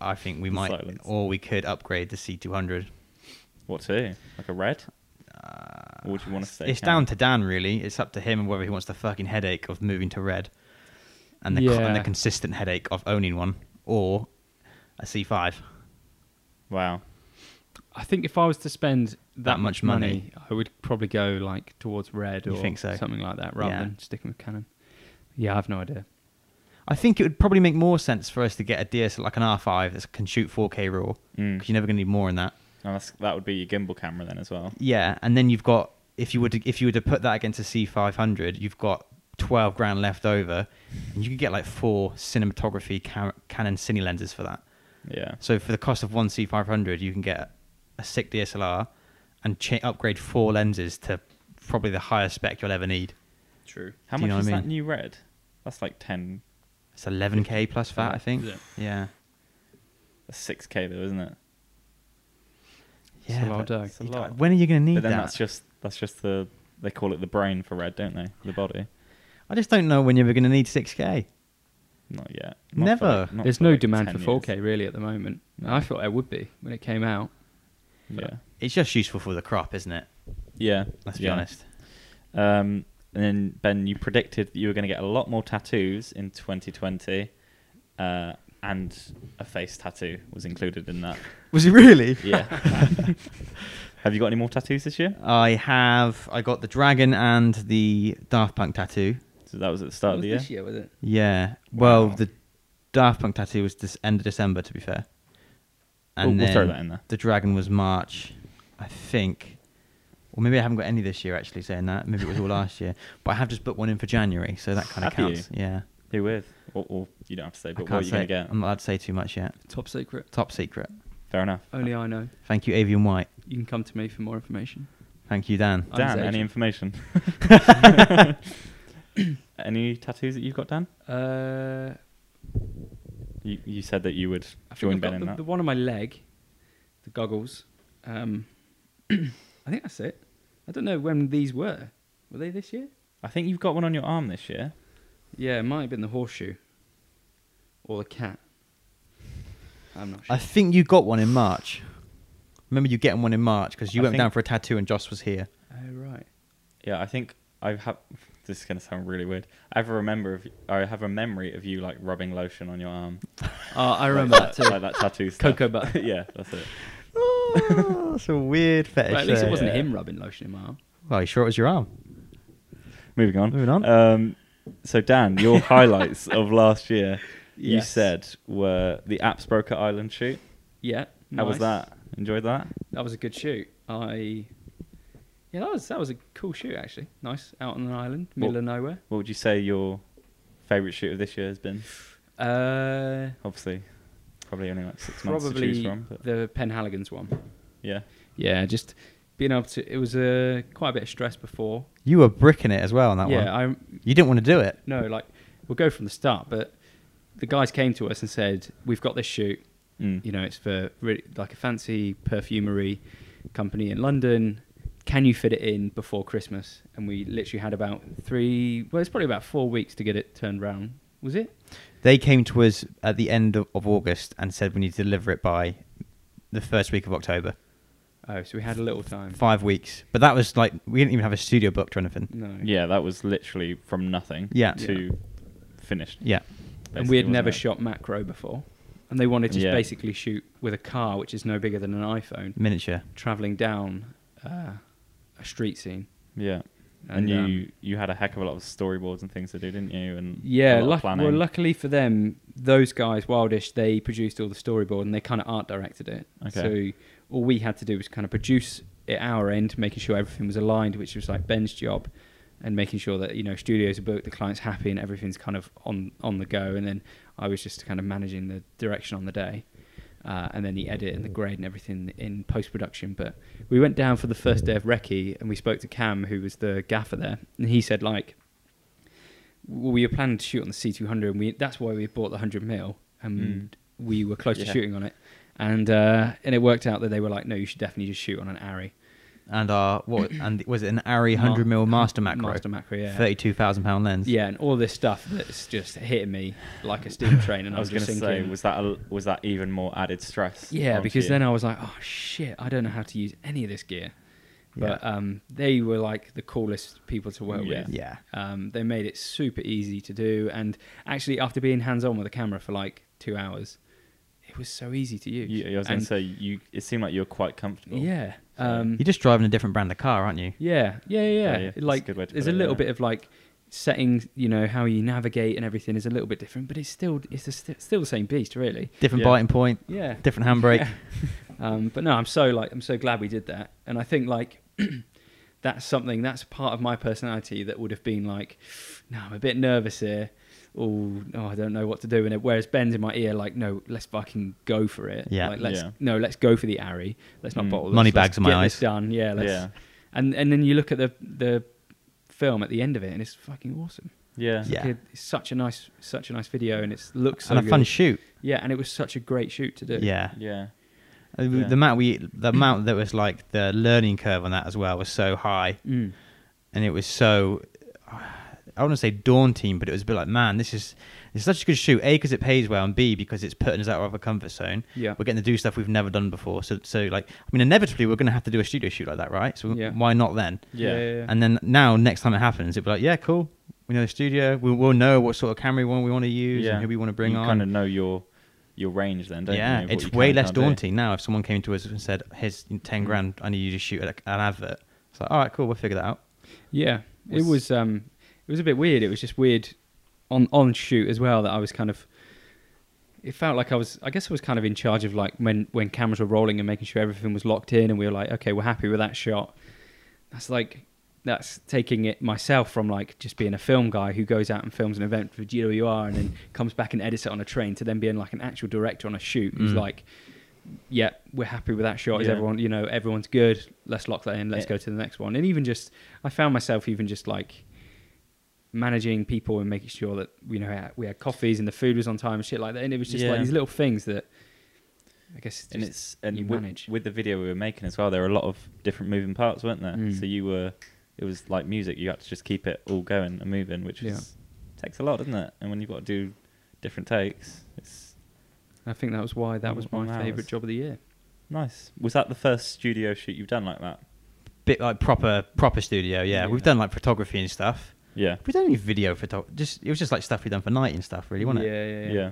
I think we
The
might,
silence.
or we could upgrade the C200.
What to? Like a red?
Uh,
Or would you want to say?
it's down to Dan, really. It's up to him and whether he wants the fucking headache of moving to red, and the co- and the
Yeah.
consistent headache of owning one or a C5.
Wow.
I think if I was to spend that,
That much
much money, I would probably go like towards red
You
or
think so?
something like that, rather
Yeah.
than sticking with Canon. Yeah, I have no idea.
I think it would probably make more sense for us to get a DSLR like an R5 that can shoot 4K raw
Mm.
because you're never going to need more in that.
And that's, that would be your gimbal camera then as well.
Yeah, and then you've got if you were to if you were to put that against a C five hundred, you've got twelve grand left over, and you could get like four cinematography ca- Canon cine lenses for that.
Yeah.
So for the cost of one C five hundred, you can get a sick DSLR and cha- upgrade four lenses to probably the highest spec you'll ever need.
True.
How
Do
much
you know what
is
I
that
mean?
new red? That's like 10,
It's eleven k plus that, I think.
Yeah.
Yeah.
that's 6k though, isn't it?
It's a lot,
but
though.
you
It's a
can't-
lot.
When are you going to need
But then
that?
that's just that's just the they call it the brain for red, don't they? The body.
I just don't know when you're going to need six k.
Not yet.
Never.
not
There's
for
no
like
demand
10
for
years.
4K really at the moment.
No.
I thought there would be when it came out.
Yeah.
It's just useful for the crop, isn't it?
Yeah.
Let's be
yeah.
honest.
Um, and then Ben, you predicted that you were going to get a lot more tattoos in 2020, uh, and a face tattoo was included in that.
Was he really?
Yeah. Have you got any more tattoos this year?
I have. I got the dragon and the Daft Punk tattoo.
So that was at the start of the year.
was it?
Yeah. Well,
Wow.
the Daft Punk tattoo was this end of December, to be fair. Oh,
Oh, We'll- we'll throw
then
that in there.
The dragon was March, I think. Or maybe I haven't got any this year. Actually, saying that, maybe it was all last year. But I have just booked one in for January, so that kind of
Have you?
counts. Yeah.
Who with? Or, or you don't have to say,
I
but
can't
what are you
say.
going to get?
I'm not allowed to say too much yet.
Top secret.
Top secret.
Fair enough.
Only I know.
Thank you, Avian White.
You can come to me for more information.
Thank you, Dan.
I'm
Dan,
his
any
agent.
information? any tattoos that you've got, Dan?
Uh,
You, you said that you would
I think
join
I've got
Ben in
the,
that.
the one on my leg, the goggles. Um, I think that's it. I don't know when these were. Were they this year?
I think you've got one on your arm this year.
Yeah, it might have been the horseshoe or the cat. I'm not sure.
I think you got one in March. Remember you getting one in March because you
I
went
think-
down for a tattoo and Joss was here.
oh right.
Yeah, I think I have. This is gonna sound really weird. I have a remember of I have a memory of you like rubbing lotion on your arm.
Oh, I remember that too.
like that tattoo. Stuff.
Cocoa butter.
yeah, that's it.
That's a weird fetish.
Ah, Well, at least it
there.
wasn't
yeah.
him rubbing lotion in my arm.
Well, you sure it was your arm?
Moving on.
Moving on.
Um, so Dan, your highlights of last year, you
Yes.
said were the Apps Broker Island shoot.
Yeah.
How was
nice.
that? Enjoyed that?
That was a good shoot. I yeah, that was that was a cool shoot actually. Nice out on an island, middle
What-
of nowhere.
What would you say your favorite shoot of this year has been?
Uh,
Obviously, probably only like six months to choose
probably
from. But
the Penhaligon's one.
yeah,
Yeah, just being able to. It was uh, quite a bit of stress before.
You were bricking it as well on that one.
yeah, I
You didn't want to do it.
no like we'll go from the start, but the guys came to us and said we've got this shoot.
Mm.
You know, it's for really, like a fancy perfumery company in London. Can you fit it in before Christmas? And we literally had about three. Well, it's probably about four weeks to get it turned round. Was it?
They came to us at the end of, of August and said we need to deliver it by the first week of October.
Oh, so we had a little time.
Five weeks. But that was like, we didn't even have a studio booked or anything.
No.
yeah, that was literally from nothing.
Yeah.
to finished.
Yeah.
and we had
basically,
never
wasn't it?
shot macro before, and they wanted to just
Yeah.
basically shoot with a car, which is no bigger than an iPhone,
Miniature.
traveling down uh, a street scene.
Yeah. And,
And,
you
um,
you had a heck of a lot of storyboards and things to do, didn't you? And a
Yeah,
lot of
luck-
planning.
well, luckily for them, those guys, Wildish, they produced all the storyboard and they kind of art directed it.
Okay.
So all we had to do was kind of produce it our end, making sure everything was aligned, which was like Ben's job, and making sure that you know studios are booked, the client's happy, and everything's kind of on on the go. And then I was just kind of managing the direction on the day. Uh, and then the edit and the grade and everything in post production. But we went down for the first day of Recce and we spoke to Cam, who was the gaffer there. And he said, like, well, we were planning to shoot on the C200, and we that's why we bought the 100 mil, and we were close
Yeah.
to shooting on it, and uh, and it worked out that they were like, no, you should definitely just shoot on an Arri
And our, what, and was it an Arri 100mm Master Macro?
Master Macro, yeah,
£32,000 lens.
yeah, and all this stuff that's just hitting me like a steam train, and
I was
just
going to say,
thinking,
was that a, was that even more added stress?
yeah,
onto
because
you?
then I was like, oh shit, I don't know how to use any of this gear, but um, they were like the coolest people to work
Yeah.
with,
Yeah.
Um, they made it super easy to do, and actually, after being hands on with the camera for like two hours, it was so easy to use.
You, I was going to
And-
say you. It seemed like you were quite comfortable.
yeah, um,
You're just driving a different brand of car, aren't you?
yeah, yeah,
yeah,
yeah,
that's a
Like,
good way to
there's
put
a
it,
little
yeah.
bit of like setting, you know, how you navigate and everything is a little bit different, but it's still it's a st- still the same beast, really.
Different
Yeah.
biting point,
Yeah,
different handbrake.
Um, but no, I'm so like I'm so glad we did that, and I think like that's something that's part of my personality that would have been like, no, I'm a bit nervous here. Ooh, oh, I don't know what to do in it. Whereas Ben's in my ear, like, no, let's fucking go for it.
Yeah.
like, let's
Yeah.
no, let's go for the Ari. Let's not
Mm.
bottle.
Money
this. Let's
bags in my
get
eyes.
this Done. Yeah, let's,
Yeah.
And and then you look at the the film at the end of it, and it's fucking awesome.
Yeah.
Yeah.
Like, It's such a nice such a nice video, and it looks so
and a fun
good.
shoot.
yeah, and it was such a great shoot to do.
Yeah.
Yeah.
Uh,
Yeah.
The amount we, the amount that was like the learning curve on that as well was so high,
Mm.
and it was so, I want to say daunting, but it was a bit like, man, this is it's such a good shoot. A because it pays well, and B because it's putting us out of our comfort zone.
Yeah.
we're getting to do stuff we've never done before. So, so like, I mean, inevitably we're going to have to do a studio shoot like that, right? So
Yeah.
why not then?
Yeah.
And then now, next time it happens, it'll be like, yeah, cool. We know the studio. We, we'll know what sort of camera we want, we want to use and who we want to bring
you
on.
kind of know your your range then, don't
yeah,
you? What you
it's
can
way
and
less
can't do. Mm.
daunting now. If someone came to us and said, "Here's ten grand, I need you to shoot a- an advert," it's like, "All right, cool, we'll figure that out."
Yeah, it
Was-
was um, it was a bit weird. It was just weird on on shoot as well that I was kind of. It felt like I was. I guess I was kind of in charge of like when when cameras were rolling and making sure everything was locked in, and we were like, okay, we're happy with that shot. That's like that's taking it myself from like just being a film guy who goes out and films an event for GWR and then comes back and edits it on a train to then being like an actual director on a shoot who's
Mm.
like, yeah, we're happy with that shot. Is
Yeah.
everyone, you know, everyone's good. Let's lock that in. Let's
Yeah.
go to the next one. And even just, I found myself even just like managing people and making sure that you know we had coffees and the food was on time and shit like that. And it was just
Yeah.
like these little things that I guess it's
and
just-
it's and
you
with,
manage.
with the video we were making as well. There were a lot of different moving parts, weren't there?
Mm.
So you were, it was like music. You had to just keep it all going and moving, which
Yeah.
is, takes a lot, doesn't it? And when you've got to do different takes, it's
I think that was why that was my
Long hours.
favorite job of the year.
nice. Was that the first studio shoot you've done like that?
Bit like proper proper studio. Yeah,
Yeah.
we've done like photography and stuff.
Yeah.
We done any video photo. Just it was just like stuff we done for night and stuff, really, wasn't
yeah,
it?
Yeah, yeah,
Yeah.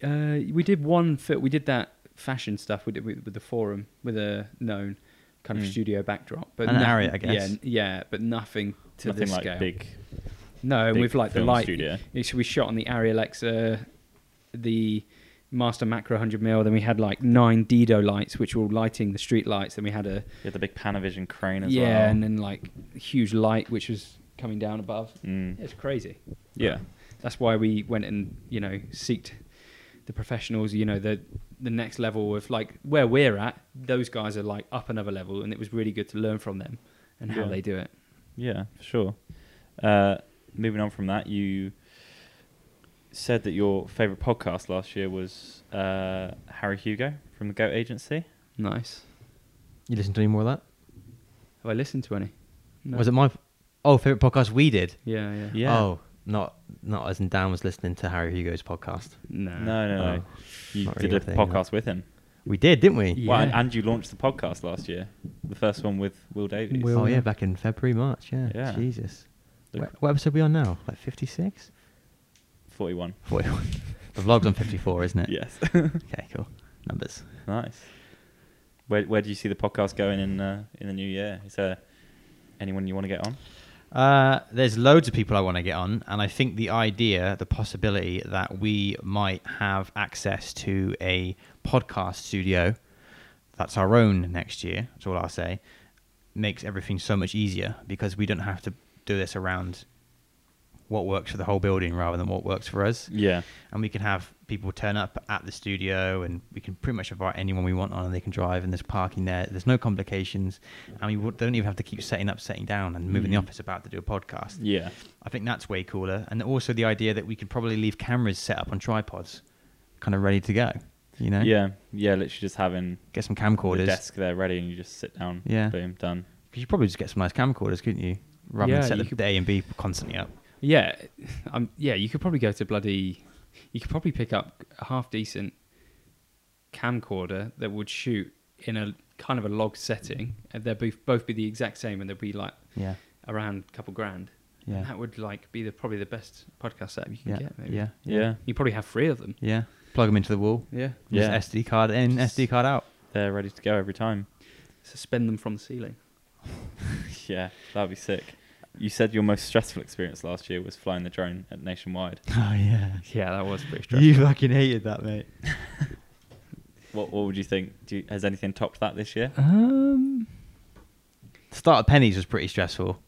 Uh, we did one fit. We did that fashion stuff. We did with, with the forum with a known kind of
Mm.
studio backdrop, but
And an
noth-
area, I guess.
Yeah, yeah, but nothing to
Nothing
this
like
scale.
big.
No,
big
we've like the
film
light.
studio.
it's- We shot on the Arri Alexa, the Master Macro 100 mil. Then we had like nine Dido lights, which were all lighting the street lights. Then we had a
You had the big Panavision crane as
yeah,
well.
and then like huge light which was coming down above.
Mm.
It's crazy.
Yeah.
That's why we went and you know seeked the professionals. You know the the next level of like where we're at. Those guys are like up another level, and it was really good to learn from them and how
Yeah.
they do it.
Yeah, for sure. Uh, moving on from that, you said that your favorite podcast last year was uh, Harry Hugo from the Goat Agency.
Nice.
You listen to any more of that?
Have I listened to any? No.
Was it my oh favorite podcast we did?
Yeah, yeah.
Yeah.
Oh, not not as in Dan was listening to Harry Hugo's podcast.
No.
No, no, no.
Oh,
you
not
did
really
a
a thing,
podcast with him.
We did, didn't we?
Yeah.
Well, and, and you launched the podcast last year. The first one with Will Davies.
Will.
Oh yeah, back in February, March. Yeah.
Yeah.
Jesus.
The-
Wh- what episode are we on now? Like fifty six.
41.
41. the vlog's on 54, isn't it?
Yes.
Okay, cool. Numbers.
nice. Where, where do you see the podcast going in uh, in the new year? Is there anyone you want to get on?
Uh, there's loads of people I want to get on, and I think the idea, the possibility that we might have access to a podcast studio that's our own next year, that's all I'll say, makes everything so much easier because we don't have to do this around what works for the whole building rather than what works for us.
Yeah.
and we can have people turn up at the studio and we can pretty much invite anyone we want on and they can drive and there's parking there there's no complications and we w- don't even have to keep setting up setting down and moving the office about to do a podcast
Yeah.
i think that's way cooler and also the idea that we could probably leave cameras set up on tripods kind of ready to go you know
Yeah. Yeah. Literally just having
get some
the
camcorders
desk there ready and you just sit down.
Yeah.
Boom, done.
'Cause you probably just get some nice camcorders couldn't you rather
Yeah,
than set
you
the,
could-
the a and b constantly up
Yeah, um, yeah. You could probably go to bloody. You could probably pick up a half decent camcorder that would shoot in a kind of a log setting, and they'd both both be the exact same, and they'd be like
yeah
around a couple grand.
yeah
And that would like be the probably the best podcast setup you can
yeah
get. Maybe.
yeah
Yeah.
You probably have three of them.
yeah plug them into the wall
Yeah.
Yeah.
just sd card in sd card out
They're ready to go every time.
Suspend them from the ceiling.
yeah, that'd be sick. You said your most stressful experience last year was flying the drone at Nationwide.
oh yeah
Yeah, that was pretty
You fucking hated that, mate.
What What would you think? Do you, has anything topped that this year?
Um, start of pennies was pretty stressful.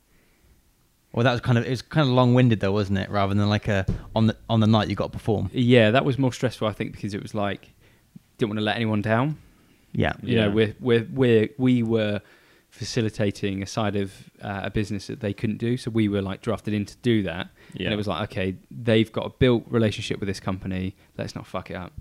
Well, that was kind of it was kind of long winded though, wasn't it? Rather than like a on the on the night you got to perform.
Yeah, that was more stressful, I think, because it was like didn't want to let anyone down.
Yeah,
You
Yeah.
know, we're, we're, we're, we were facilitating a side of uh, a business that they couldn't do, so we were like drafted in to do that.
Yeah.
And it was like, okay, they've got a built relationship with this company. Let's not fuck it up.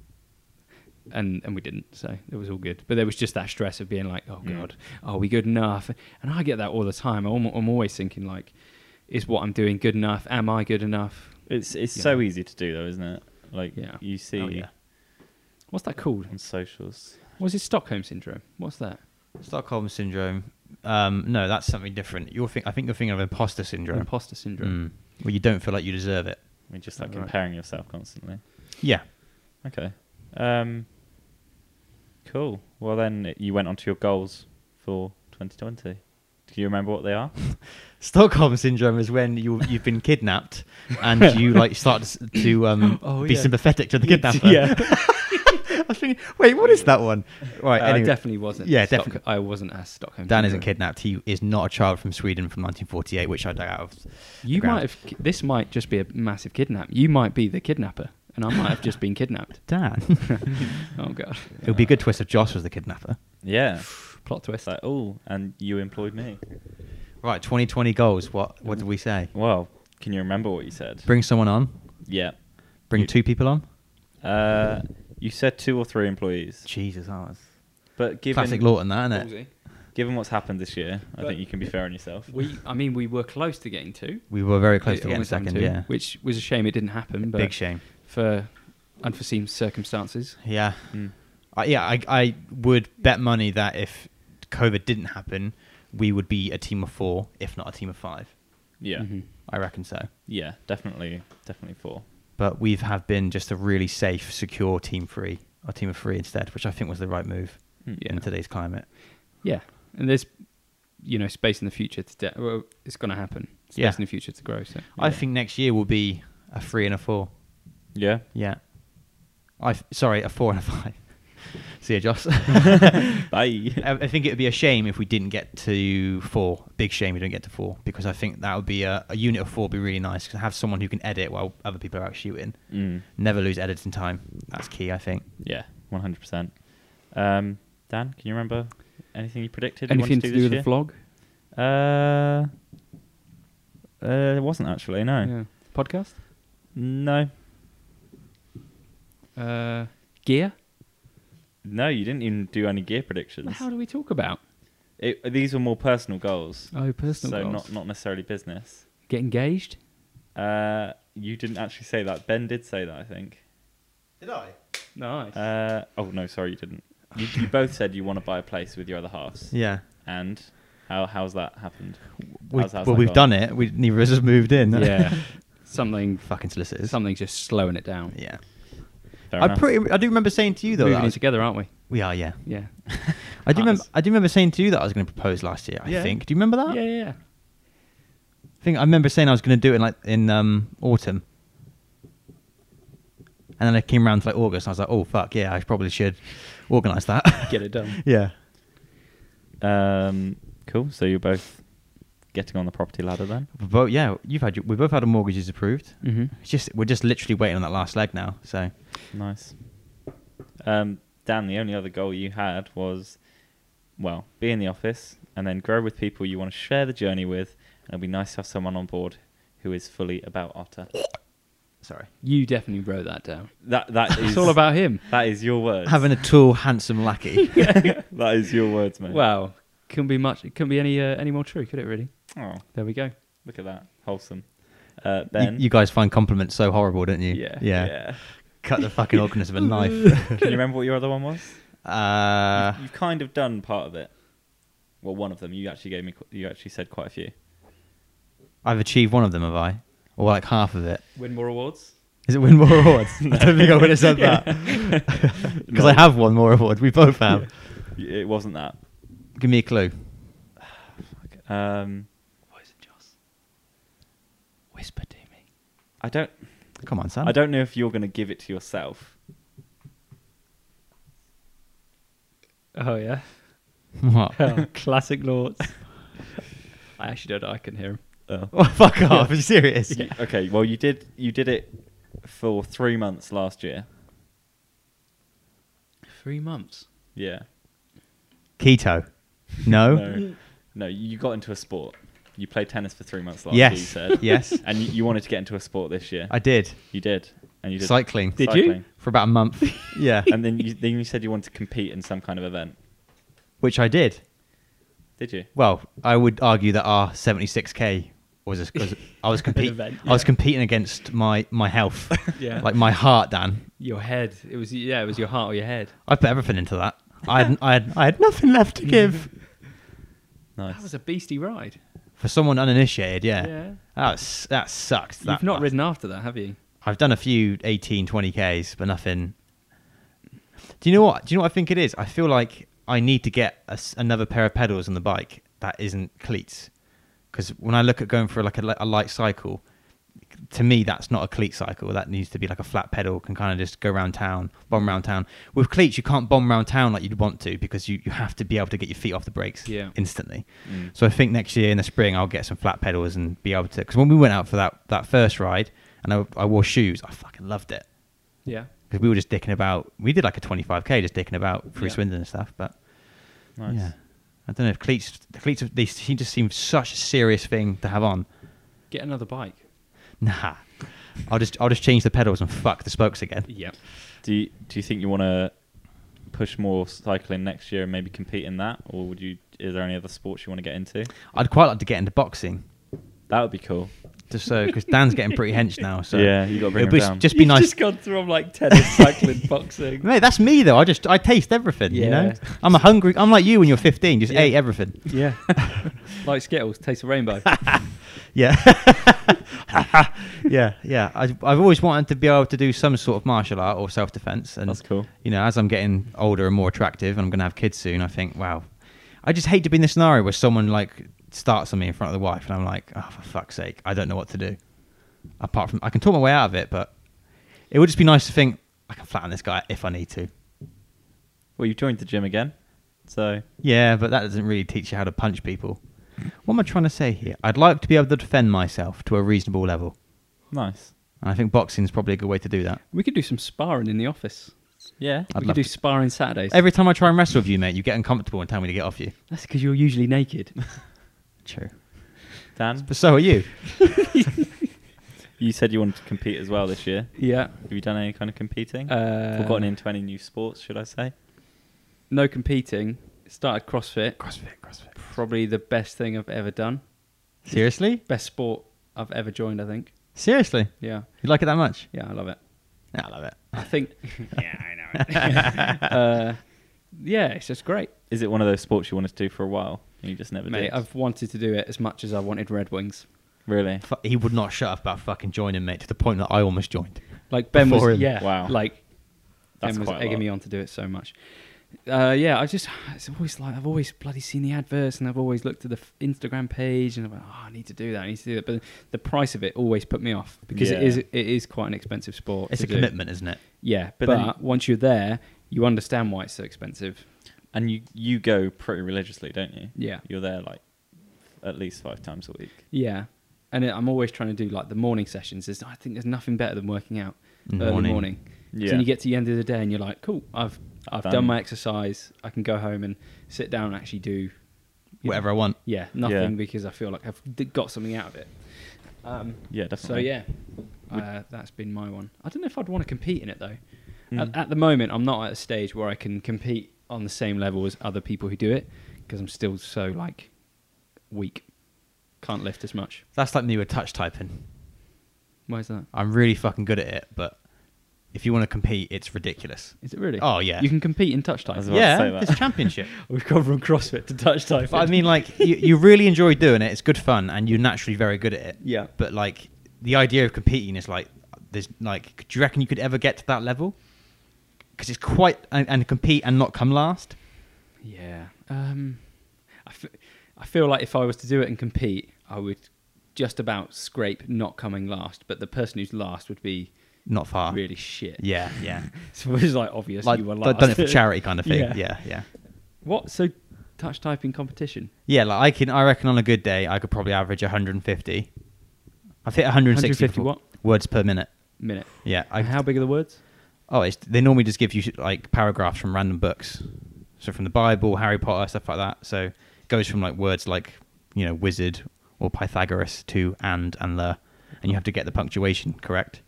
And and we didn't, so it was all good. But there was just that stress of being like, oh
Mm.
god, are we good enough? And I get that all the time. I'm, I'm always thinking like, is what I'm doing good enough? Am I good enough?
It's It's
Yeah.
so easy to do though, isn't it? Like
Yeah. Oh,
you see
yeah. What's that called?
on socials.
Was it Stockholm syndrome? What's that?
Stockholm syndrome. Um, no, that's something different. You're think I think you're thinking of imposter syndrome.
Imposter syndrome.
Mm. Where you don't feel like you deserve it.
I mean, just like
Oh, right.
comparing yourself constantly.
Yeah.
Okay. Um, cool. Well, then you went on to your goals for 2020. Do you remember what they are?
Stockholm syndrome is when you you've been kidnapped and you like start to, to um,
Oh,
be
yeah.
sympathetic to the kidnapper. I was thinking, wait, what is that one? Right,
Uh, I
anyway.
definitely wasn't.
Yeah,
Stock-
definitely.
I wasn't at Stockholm.
Dan isn't
syndrome.
kidnapped. He is not a child from Sweden from 1948, which I dug out of.
You
the ground.
might have. ki- This might just be a massive kidnap. You might be the kidnapper, and I might have just been kidnapped.
Dan.
Oh god.
it would be a good twist if Josh was the kidnapper.
Yeah.
Plot
It's
twist.
like, oh, and you employed me.
Right, 2020 goals. What what did we say?
Well, can you remember what you said?
Bring someone on.
yeah.
Bring
You-
two people on.
Uh, you said two or three employees.
Jesus, that was
But given,
classic Lawton, that isn't it?
Ballsy.
given what's happened this year, I
But-
think you can be fair on yourself.
We. I mean, we were close to getting two.
We were very close to getting
Almost having
second.
two,
Yeah,
Which was a shame. It didn't happen. But
big shame.
for unforeseen circumstances.
Yeah,
Mm.
I, yeah. I I would bet money that if COVID didn't happen, we would be a team of four, if not a team of five.
Yeah.
Mhm.
I reckon so.
Yeah, definitely. Definitely four.
But we've have been just a really safe, secure team three, or team of three instead, which I think was the right move
Mm.
in today's climate.
Yeah, and there's, you know, space in the future to. De- well, it's going to happen. Space
Yeah.
in the future to grow. So.
I
Yeah.
think next year will be a three and a four.
Yeah.
Yeah. I f- sorry, a four and a five. See you, Joss.
Bye.
I I think it would be a shame if we didn't get to four. Big shame we don't get to four because I think that would be a, a unit of four would be really nice because have someone who can edit while other people are out shooting.
Mm.
Never lose editing time. That's key, I think.
Yeah, one hundred percent. Um, Dan, can you remember anything you predicted? you
Anything
wanted
to
to
do with the
this
vlog?
year? Uh, uh, it wasn't actually. No,
Yeah. Podcast.
no,
Uh, gear.
no. You didn't even do any gear
Well,
predictions.
How do we talk about?
It, these were more personal goals.
Oh, personal
so
goals.
not not necessarily business.
Get engaged.
Uh, you didn't actually say that. Ben did say that, I think.
Did I?
Nice.
Uh, oh no, sorry, you didn't. You, you both said you want to buy a place with your other halves.
Yeah.
And how how's that happened?
We,
How's- how's
well,
that
we've
gone?
done it. We neither of us has moved in.
yeah. Something.
Fucking solicitors.
Something's just slowing it down.
Yeah.
Fair
I
enough.
pretty. I do remember saying to you though.
Moving
That I
in
was-
together, aren't we?
we are. Yeah.
Yeah.
I do
Us.
remember. I do remember saying to you that I was going to propose last year. I
Yeah.
think. Do you remember that?
Yeah, yeah, yeah.
I think I remember saying I was going to do it in like in um, autumn. And then I came around to like August, and I was like, "Oh fuck, yeah, I probably should organise that."
Get it done.
yeah.
Um, cool. So you're both getting on the property ladder then.
We both, yeah, you've had your, we both had our mortgages approved.
Mhm.
It's just we're just literally waiting on that last leg now. So
Nice. Um, Dan, the only other goal you had was, well, be in the office and then grow with people you want to share the journey with, and it'll be nice to have someone on board who is fully about Otter.
sorry.
You definitely wrote that down.
That that is
It's all about him.
That is your words.
Having a tall, handsome lackey.
that is your words, mate.
Wow. Couldn't be much. It couldn't be any uh, any more true, could it? Really?
oh,
There we go.
look at that, wholesome. Uh,
you,
ben,
you guys find compliments so horrible, don't you?
yeah,
Yeah.
yeah.
Cut the fucking organism of a knife.
Can you remember what your other one was?
uh,
You've kind of done part of it. Well, one of them. You actually gave me. qu- You actually said quite a few.
I've achieved one of them, have I? Or like half of it.
Win more awards.
Is it win more awards? I don't think I would have said that. Because I have won more awards. We both have.
It wasn't that.
Give me a clue.
Um,
What is it, Joss? Whisper to me.
I don't.
Come on, Sam.
I don't know if you're going to give it to yourself.
Oh yeah,
What?
Oh, classic Lords. I actually don't. know, I can hear him.
Oh.
Oh, fuck off! Are you serious?
Okay, well you did you did it for three months last year.
Three months.
Yeah.
Keto. No.
No, no, you got into a sport. You played tennis for three months last year.
Yes.
You said
Yes.
and you, you wanted to get into a sport this year.
I did.
you did, and you did
Cycling.
Did you?
cycling.
for about a month. yeah.
And then you then you said you wanted to compete in some kind of event.
Which I did.
Did you?
Well, I would argue that our 76k was, a, was I was competing.
event,
I was competing against my my health.
Yeah.
Like my heart, Dan.
Your head. It was yeah. It was your heart or your head.
I put everything into that. I had, I had, I had nothing left to give.
That
Nice.
was a beastie ride.
For someone uninitiated, yeah.
Yeah.
That's that sucks. That
You've not
much.
ridden after that, have you?
I've done a few 18, 20Ks, but nothing. Do you know what? Do you know what I think it is? I feel like I need to get a s another pair of pedals on the bike that isn't cleats. Because when I look at going for like a, li- a light cycle, to me, that's not a cleat cycle. That needs to be like a flat pedal, can kind of just go around town, bomb round town. With cleats, you can't bomb round town like you'd want to because you, you have to be able to get your feet off the brakes
Yeah.
instantly.
Mm.
So I think next year in the spring, I'll get some flat pedals and be able to. Because when we went out for that, that first ride and I, I wore shoes, I fucking loved it.
Yeah.
Because we were just dicking about. We did like a 25K just dicking about through
Yeah.
Swindon and stuff. But
Nice.
yeah. I don't know if cleats, the cleats, they seem just seem such a serious thing to have on.
Get another bike.
Nah. I'll just I'll just change the pedals and fuck the spokes again.
Yep.
Do you, do you think you want to push more cycling next year and maybe compete in that, or would you? Is there any other sports you want to get into?
I'd quite like to get into boxing,
That would be cool.
just so because Dan's getting pretty hench now. So
yeah, you got to bring
it'd
them
be,
down.
just be nice.
gone through like tennis, cycling, boxing.
Mate, that's me though. I just I taste everything. You know,
Yeah.
I'm a hungry. I'm like you when you're 15. Just
Yeah.
ate everything.
Yeah. like Skittles, taste of rainbow.
Yeah. yeah, yeah. I, I've always wanted to be able to do some sort of martial art or self defense. And
That's cool.
You know, as I'm getting older and more attractive, and I'm going to have kids soon, I think, wow, I just hate to be in the scenario where someone like starts on me in front of the wife, and I'm like, oh, for fuck's sake, I don't know what to do. Apart from, I can talk my way out of it, but it would just be nice to think I can flatten this guy if I need to.
well, you joined the gym again, so
Yeah, but that doesn't really teach you how to punch people. What am I trying to say here? I'd like to be able to defend myself to a reasonable level.
nice.
And I think boxing's probably a good way to do that.
We could do some sparring in the office.
Yeah.
I'd
we
love
could do
to.
sparring Saturdays.
Every time I try and wrestle with you, mate, you get uncomfortable and tell me to get off you.
That's because you're usually naked.
True.
Dan,
But so are you.
you said you wanted to compete as well this year.
yeah.
Have you done any kind of competing?
Uh,
or gotten into any new sports, should I say?
No competing. Started CrossFit.
CrossFit, CrossFit.
Probably the best thing I've ever done.
Seriously?
Best sport I've ever joined. I think.
Seriously?
Yeah.
You like it that much?
Yeah, I love it.
Yeah, I love it.
I think. yeah, I know. uh, yeah, it's just great,
Is it one of those sports you wanted to do for a while and you just never
mate.
did?
I've wanted to do it as much as I wanted Red Wings.
Really?
Fu- He would not shut up about fucking joining, mate, to the point that I almost joined.
Like Ben
Before
was,
him.
yeah,
Wow.
Like
That's
Ben was
quite a
egging
lot.
me on to do it so much. Uh, yeah, I just it's always like I've always bloody seen the adverts and I've always looked at the f- Instagram page and I'm like, oh, I need to do that, I need to do that. But the price of it always put me off because it
Yeah.
is it is quite an expensive sport.
It's
to
a
do.
commitment, isn't it?
Yeah, but,
But then-
once you're there, you understand why it's so expensive.
And you, you go pretty religiously, don't you?
Yeah.
You're there like at least five times a week.
Yeah. And it- I'm always trying to do like the morning sessions. There's, I think there's nothing better than working out
In the
early
morning.
morning. So
Yeah.
you get to the end of the day and you're like, cool, I've I've done,
Done.
my exercise. I can go home and sit down and actually do you know,
Whatever I want.
Yeah, nothing
Yeah.
because I feel like I've d- got something out of it. Um,
Yeah,
so
definitely.
yeah, uh, that's been my one. I don't know if I'd want to compete in it though.
Mm.
Hmm.
At, at the moment, I'm not at a stage where I can compete on the same level as other people who do it because I'm still so like weak. Can't lift as much.
That's like me with touch typing.
Why is that?
I'm really fucking good at it, but if you want to compete, it's ridiculous.
Is it really?
Oh, yeah.
You can compete in touch type.
As I was well. about to say
Yeah,
that.
this championship.
We've gone from CrossFit to touch type.
But I mean, like, you, you really enjoy doing it. It's good fun, and you're naturally very good at it.
Yeah.
But like, the idea of competing is like, there's like, do you reckon you could ever get to that level? Because it's quite and, and compete and not come last.
Yeah. Um, I, f- I feel like if I was to do it and compete, I would just about scrape not coming last, but the person who's last would be
Not far.
really shit.
Yeah, yeah.
So it was like obvious
like,
you were
d-
last.
done it for charity kind of thing. Yeah,
Yeah.
yeah.
What? So touch typing competition?
Yeah, like I can. I reckon on a good day, I could probably average 150. I've hit 160
150
before-
what?
words per minute.
Minute.
Yeah. I,
And how big are the words?
Oh, it's, they normally just give you like paragraphs from random books, so from the Bible, Harry Potter, stuff like that. So it goes from like words like you know wizard or Pythagoras to and and the, and you have to get the punctuation correct.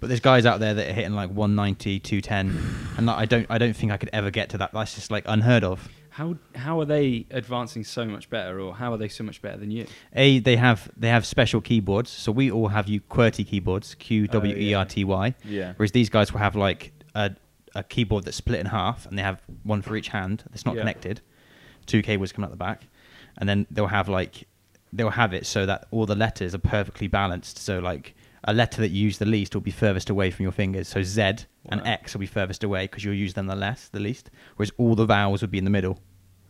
But there's guys out there that are hitting like 190, 210, and like, I don't I don't think I could ever get to that. That's just like unheard of.
How how are they advancing so much better, or how are they so much better than you?
A they have they have special keyboards, so we all have you QWERTY keyboards, Q W E R T Y.
Yeah.
Whereas these guys will have like a, a keyboard that's split in half, and they have one for each hand that's not
Yeah.
connected. Two cables coming out the back, and then they'll have like they'll have it so that all the letters are perfectly balanced. So like a letter that you use the least will be furthest away from your fingers. So Z and
Wow.
X will be furthest away because you'll use them the less, the least. Whereas all the vowels would be in the middle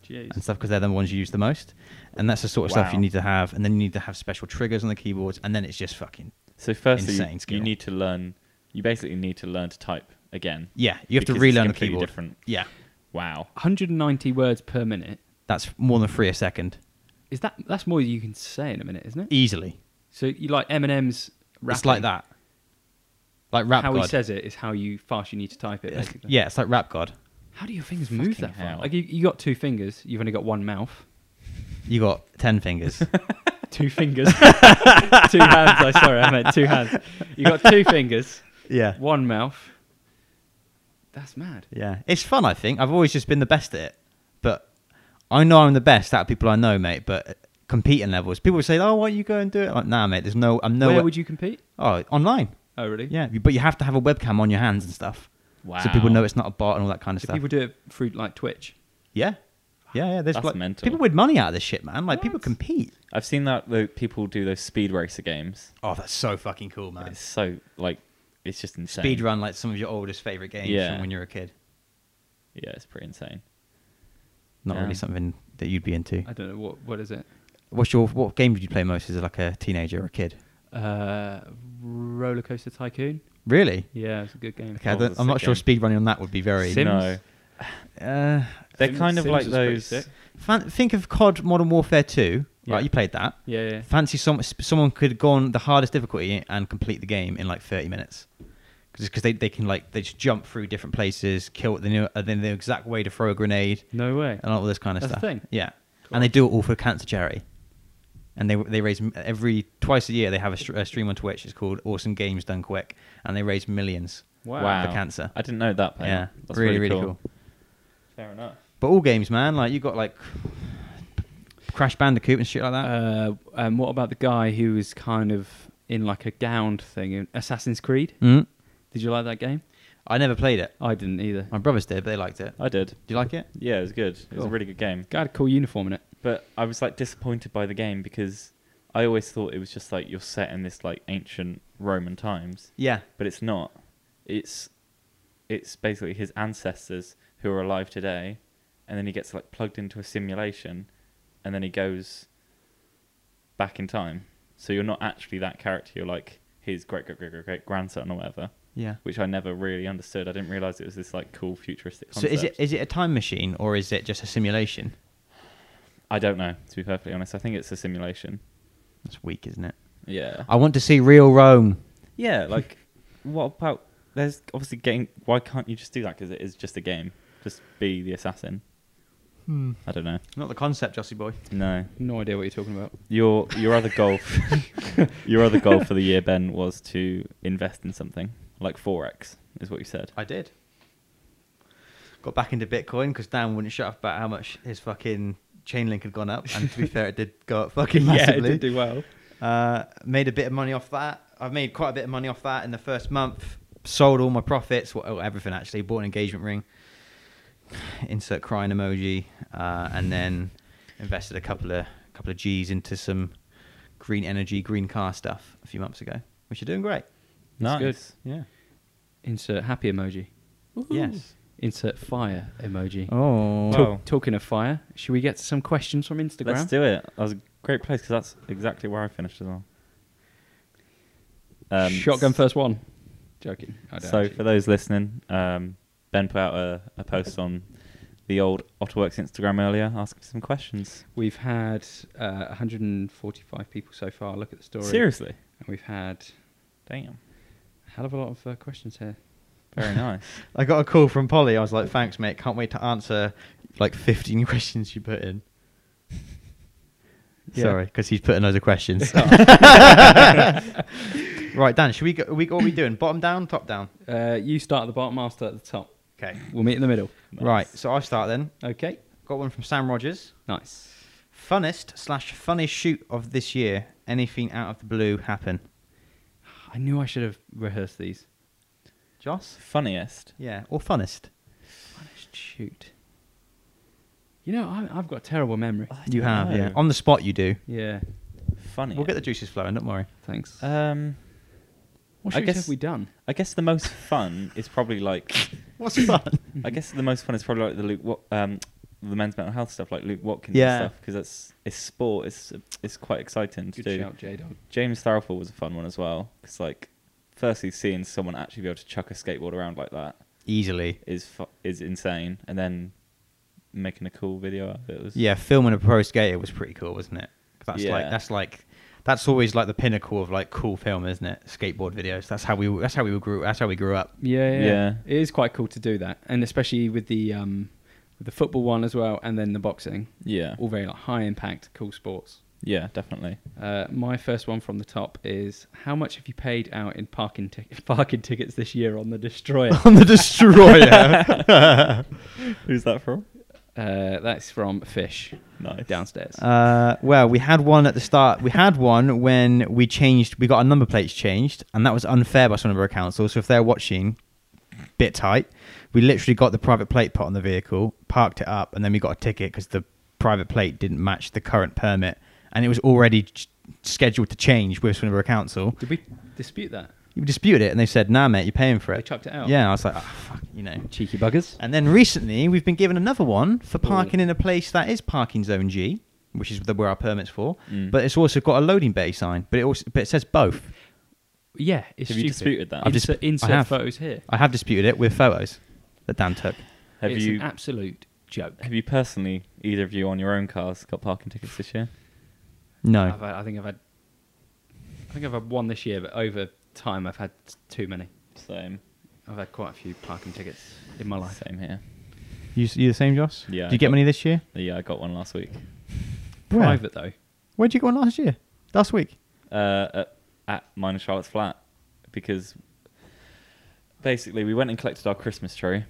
and
Jeez.
stuff because they're the ones you use the most. And that's the sort of stuff you
Wow.
need to have. And then you need to have special triggers on the keyboards. And then it's just fucking
So firstly,
Insane
you
skill.
need to learn. You basically need to learn to type again.
yeah. You
Because
have to
it's
relearn the
completely
keyboard.
different.
Yeah,
Wow.
190 words per minute.
that's more than three a second
Is that that's more you can say in a minute, isn't it?
easily.
So you like Eminem's
E
rap?
It's like that. Like rap
how
god.
he says it is how you fast you need to type it. Basically.
yeah, it's like rap god.
How do your fingers move
Fucking
that far?
hell.
Like you, you got two fingers. You've only got one mouth.
You got ten fingers.
Two fingers. two hands. I sorry, I meant two hands. You got two fingers,
yeah.
one mouth. That's mad.
Yeah. It's fun. I think I've always just been the best at it. But I know I'm the best out of people I know, mate. But competing levels, people say, "Oh, why don't you go and do it?" Like, nah, mate. There's no. I'm nowhere.
Where would you compete?
Oh, online.
Oh, really?
Yeah, you- but you have to have a webcam on your hands and stuff. So people
Wow.
know it's not a bot and all that kind of
Do
stuff.
people do it through like Twitch?
yeah. Yeah, yeah. There's
That's
like
mental.
people with money out of this shit, man. Like people compete.
I've seen that the people do those speed racer games.
Oh, that's so fucking cool, man.
It's so like, it's just insane.
Speed run like some of your oldest favorite games
Yeah.
from when you were a kid.
Yeah, it's pretty insane.
Not
Yeah.
really something that you'd be into.
I don't know what what is it.
What's your what game did you play most as like a teenager or a kid?
Uh, Roller Coaster Tycoon.
Really?
Yeah, it's a good game.
Okay, I
What
don't,
was
I'm
the
not sure
game?
speed running on that would be very.
Sims?
No,
Uh,
they're
Sims-
kind of
Sims
like
was pretty
those.
sick.
fan, think of COD Modern Warfare 2.
Yeah.
Right, you played that.
Yeah, yeah.
Fancy some, someone could go on the hardest difficulty and complete the game in like 30 minutes. Because they, they can like, they just jump through different places, kill, they know, and then the exact way to throw a grenade
No way.
and all this kind of
That's a
stuff.
thing.
Yeah.
Cool.
And they do it all for cancer charity. And they, they raise every, twice a year, they have a, str- a stream on Twitch. It's called Awesome Games Done Quick. And they raise millions.
Wow.
Wow.
For cancer.
I didn't know that. Part.
yeah.
That's
really, really cool.
Fair enough.
But all games, man, like you got like Crash Bandicoot and shit like that.
Uh, um, what about the guy who was kind of in like a gowned thing in Assassin's Creed?
mm.
Did you like that game?
I never played it.
I didn't either.
My brothers did, but they liked it.
I did.
Do you like it?
Yeah, it was good. It was
Cool.
a really good game.
Guy had a cool uniform in it.
But I was like disappointed by the game because I always thought it was just like you're set in this like ancient Roman times,
Yeah.
but it's not. It's it's basically his ancestors who are alive today, and then he gets like plugged into a simulation, and then he goes back in time. So you're not actually that character. You're like his great great great great great grandson or whatever,
Yeah.
which I never really understood. I didn't realize it was this like cool futuristic
So
concept.
is it is it a time machine or is it just a simulation?
I don't know. To be perfectly honest, I think it's a simulation.
That's weak, isn't it?
Yeah.
I want to see real Rome.
Yeah, like, what about? There's obviously game. Why can't you just do that? Because it is just a game. Just be the assassin.
Hmm.
I don't know.
Not the concept, Jossie boy.
No,
No idea what you're talking about.
your your other goal, f- your other goal for the year, Ben, was to invest in something like forex, is what you said.
I did. Got back into Bitcoin because Dan wouldn't shut up about how much his fucking chain link had gone up, and to be fair, it did go up fucking massively.
Yeah, it did do well.
Uh, made a bit of money off that. I've made quite a bit of money off that in the first month. Sold all my profits, well, everything actually. Bought an engagement ring. Insert crying emoji, uh, and then invested a couple of couple of G's into some green energy, green car stuff a few months ago, which are doing great.
nice.
Yeah.
Insert happy emoji.
Yes.
Insert fire emoji.
Oh.
Talk-
Wow.
Talking of fire, should we get some questions from Instagram?
Let's do it. That was a great place because that's exactly where I finished as well. Um,
Shotgun first one. Joking. I don't
So
actually.
for those listening, um, Ben put out a, a post on the old Otterworks Instagram earlier, asking some questions.
We've had uh, 145 people so far look at the story.
Seriously,
And we've had
damn,
a hell of a lot of uh, questions here.
very nice.
I got a call from Polly. I was like, "Thanks, mate. Can't wait to answer like 15 questions you put in."
Yeah.
Sorry, because he's putting loads of questions. Oh. right, Dan, should we go? We what are we doing? Bottom down, top down.
Uh, you start at the bottom, I'll start at the top.
Okay.
We'll meet in the middle.
Right, so I start then.
Okay.
Got one from Sam Rogers.
Nice.
Funnest slash funniest shoot of this year. Anything out of the blue happen?
I knew I should have rehearsed these.
Joss?
Funniest.
Yeah, or funnest?
Honest shoot. You know, I, I've got a terrible memory.
Uh,
You have,
know.
yeah. On the spot, you do.
Yeah.
Funny.
We'll get the juices flowing. Don't worry.
Thanks.
Um,
what
I
shoot
guess-
have we done?
I guess the most fun is probably like.
What's fun?
I guess the most fun is probably like the Luke, Wa- um, the men's mental health stuff, like Luke Watkins
Yeah.
and stuff, because that's it's sport. It's it's quite exciting to
Good
do.
shout, J Dog.
James Tharfall was a fun one as well, because like, firstly, seeing someone actually be able to chuck a skateboard around like that
Easily.
is fu- is insane, and then making a cool video out of it was
Yeah, filming a pro skater was pretty cool, wasn't it? 'Cause That's like
Yeah.
that's like that's always like the pinnacle of like cool film, isn't it? Skateboard videos. That's how we that's how we grew that's how we grew up.
Yeah, yeah,
Yeah.
It is quite cool to do that, and especially with the um, with the football one as well, and then the boxing.
yeah
All very like high impact, cool sports.
yeah definitely
Uh, my first one from the top is how much have you paid out in parking tic- parking tickets this year on the Destroyer?
On the destroyer.
who's that from
uh, that's from Fish
nice
downstairs.
uh, well, we had one at the start. We had one when we changed we got our number plates changed and that was unfair by Sonora Council. So if they're watching, bit tight. We literally got the private plate put on the vehicle, parked it up, and then we got a ticket because the private plate didn't match the current permit, and it was already ch- scheduled to change with Swinburne Council.
Did we dispute that?
You disputed it, and they said, "Nah, mate, you're paying for it."
They chucked it out.
Yeah, I was like, oh, "Fuck," you know.
Cheeky buggers.
And then recently, we've been given another one for parking in a place that is parking zone G, which is the, where our permits for, but it's also got a loading bay sign, but it also but it says both.
Yeah, it's
Have you
stupid.
disputed that?
I've
I've
just-
insert,
I
insert
have.
photos here.
I have disputed it with photos that Dan took.
have
it's
you
an absolute joke.
have you personally either of you on your own cars got parking tickets this year
No,
I've had, I think I've had, I think I've had one this year, but over time I've had too many.
same
I've had quite a few parking tickets in my life.
same here
you you the same, Joss?
Yeah,
Do you get
I-
money this year?
yeah I got one last week
Where?
Private though.
Where'd you go on last year? Last week?
uh, at, at mine and Charlotte's flat because basically we went and collected our Christmas tree,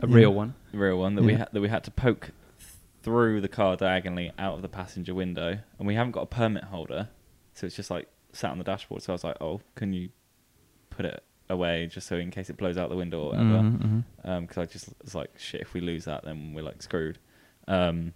A
Yeah.
real one.
the real one that we
Yeah.
had that we had to poke through the car diagonally out of the passenger window, and we haven't got a permit holder, so it's just like sat on the dashboard. So I was like, "Oh, can you put it away just so in case it blows out the window or whatever?"
Mm-hmm.
Mhm, mhm.
because Um, I just was like, shit, if we lose that, then we're like screwed. Um,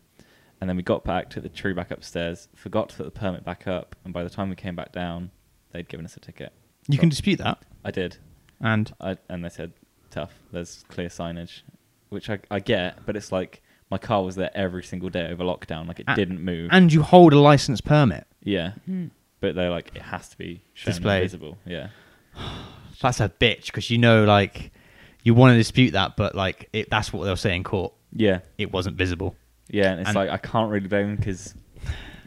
and then we got back, took the tree back upstairs, forgot to put the permit back up, and by the time we came back down, they'd given us a ticket.
You can dispute that.
I did,
And
I, and they said, tough, there's clear signage, which I, I get, but it's like my car was there every single day over lockdown, like it
A-
didn't move.
and you hold a license permit.
yeah,
Hmm.
but they're like, it has to be shown and
Displayed.
visible. Yeah,
That's a bitch because you know, like, you want to dispute that, but like, it, that's what they'll say in court.
yeah,
It wasn't visible.
yeah. And it's
And-
like I can't really blame because,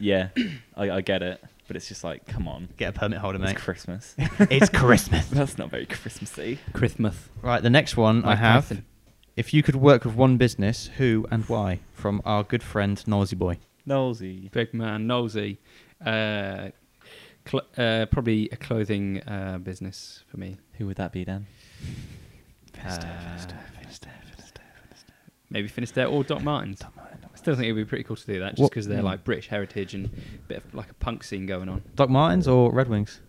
yeah, I, I get it, but it's just like, come on.
Get a permit holder, mate.
It's Christmas.
It's Christmas.
That's not very Christmassy.
Christmas.
Right, the next one I
Like
have.
Python.
If you could work with one business, who and why? From our good friend Nosy Boy.
Nosy.
Big man, nosy. Uh, cl- uh, probably a clothing uh, business for me.
Who would that be, Dan?
Finisterre, Maybe Finisterre or Doc Martens. I still think it would be pretty cool to do that just
What-
because they're
Hmm.
like British heritage and a bit of like a punk scene going on.
Doc Martens or Red Wings?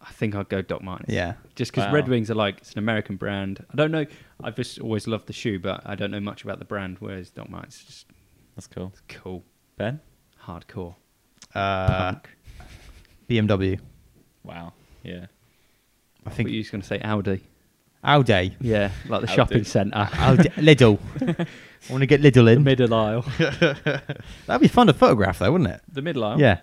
I think I'd go Doc Martens.
Yeah.
Just because
Wow.
Red Wings are like, it's an American brand. I don't know. I've just always loved the shoe, but I don't know much about the brand, whereas Doc Martens is just
That's cool.
cool,
Ben?
hardcore.
Uh,
Punk.
BMW.
Wow. Yeah.
I
What
think.
were you just going to say? Audi.
Aldi.
Yeah, like the
Audi.
shopping centre.
Aldi. Lidl. I want to get Lidl
the
in.
middle aisle.
That'd be fun to photograph, though, wouldn't it?
The middle aisle?
Yeah.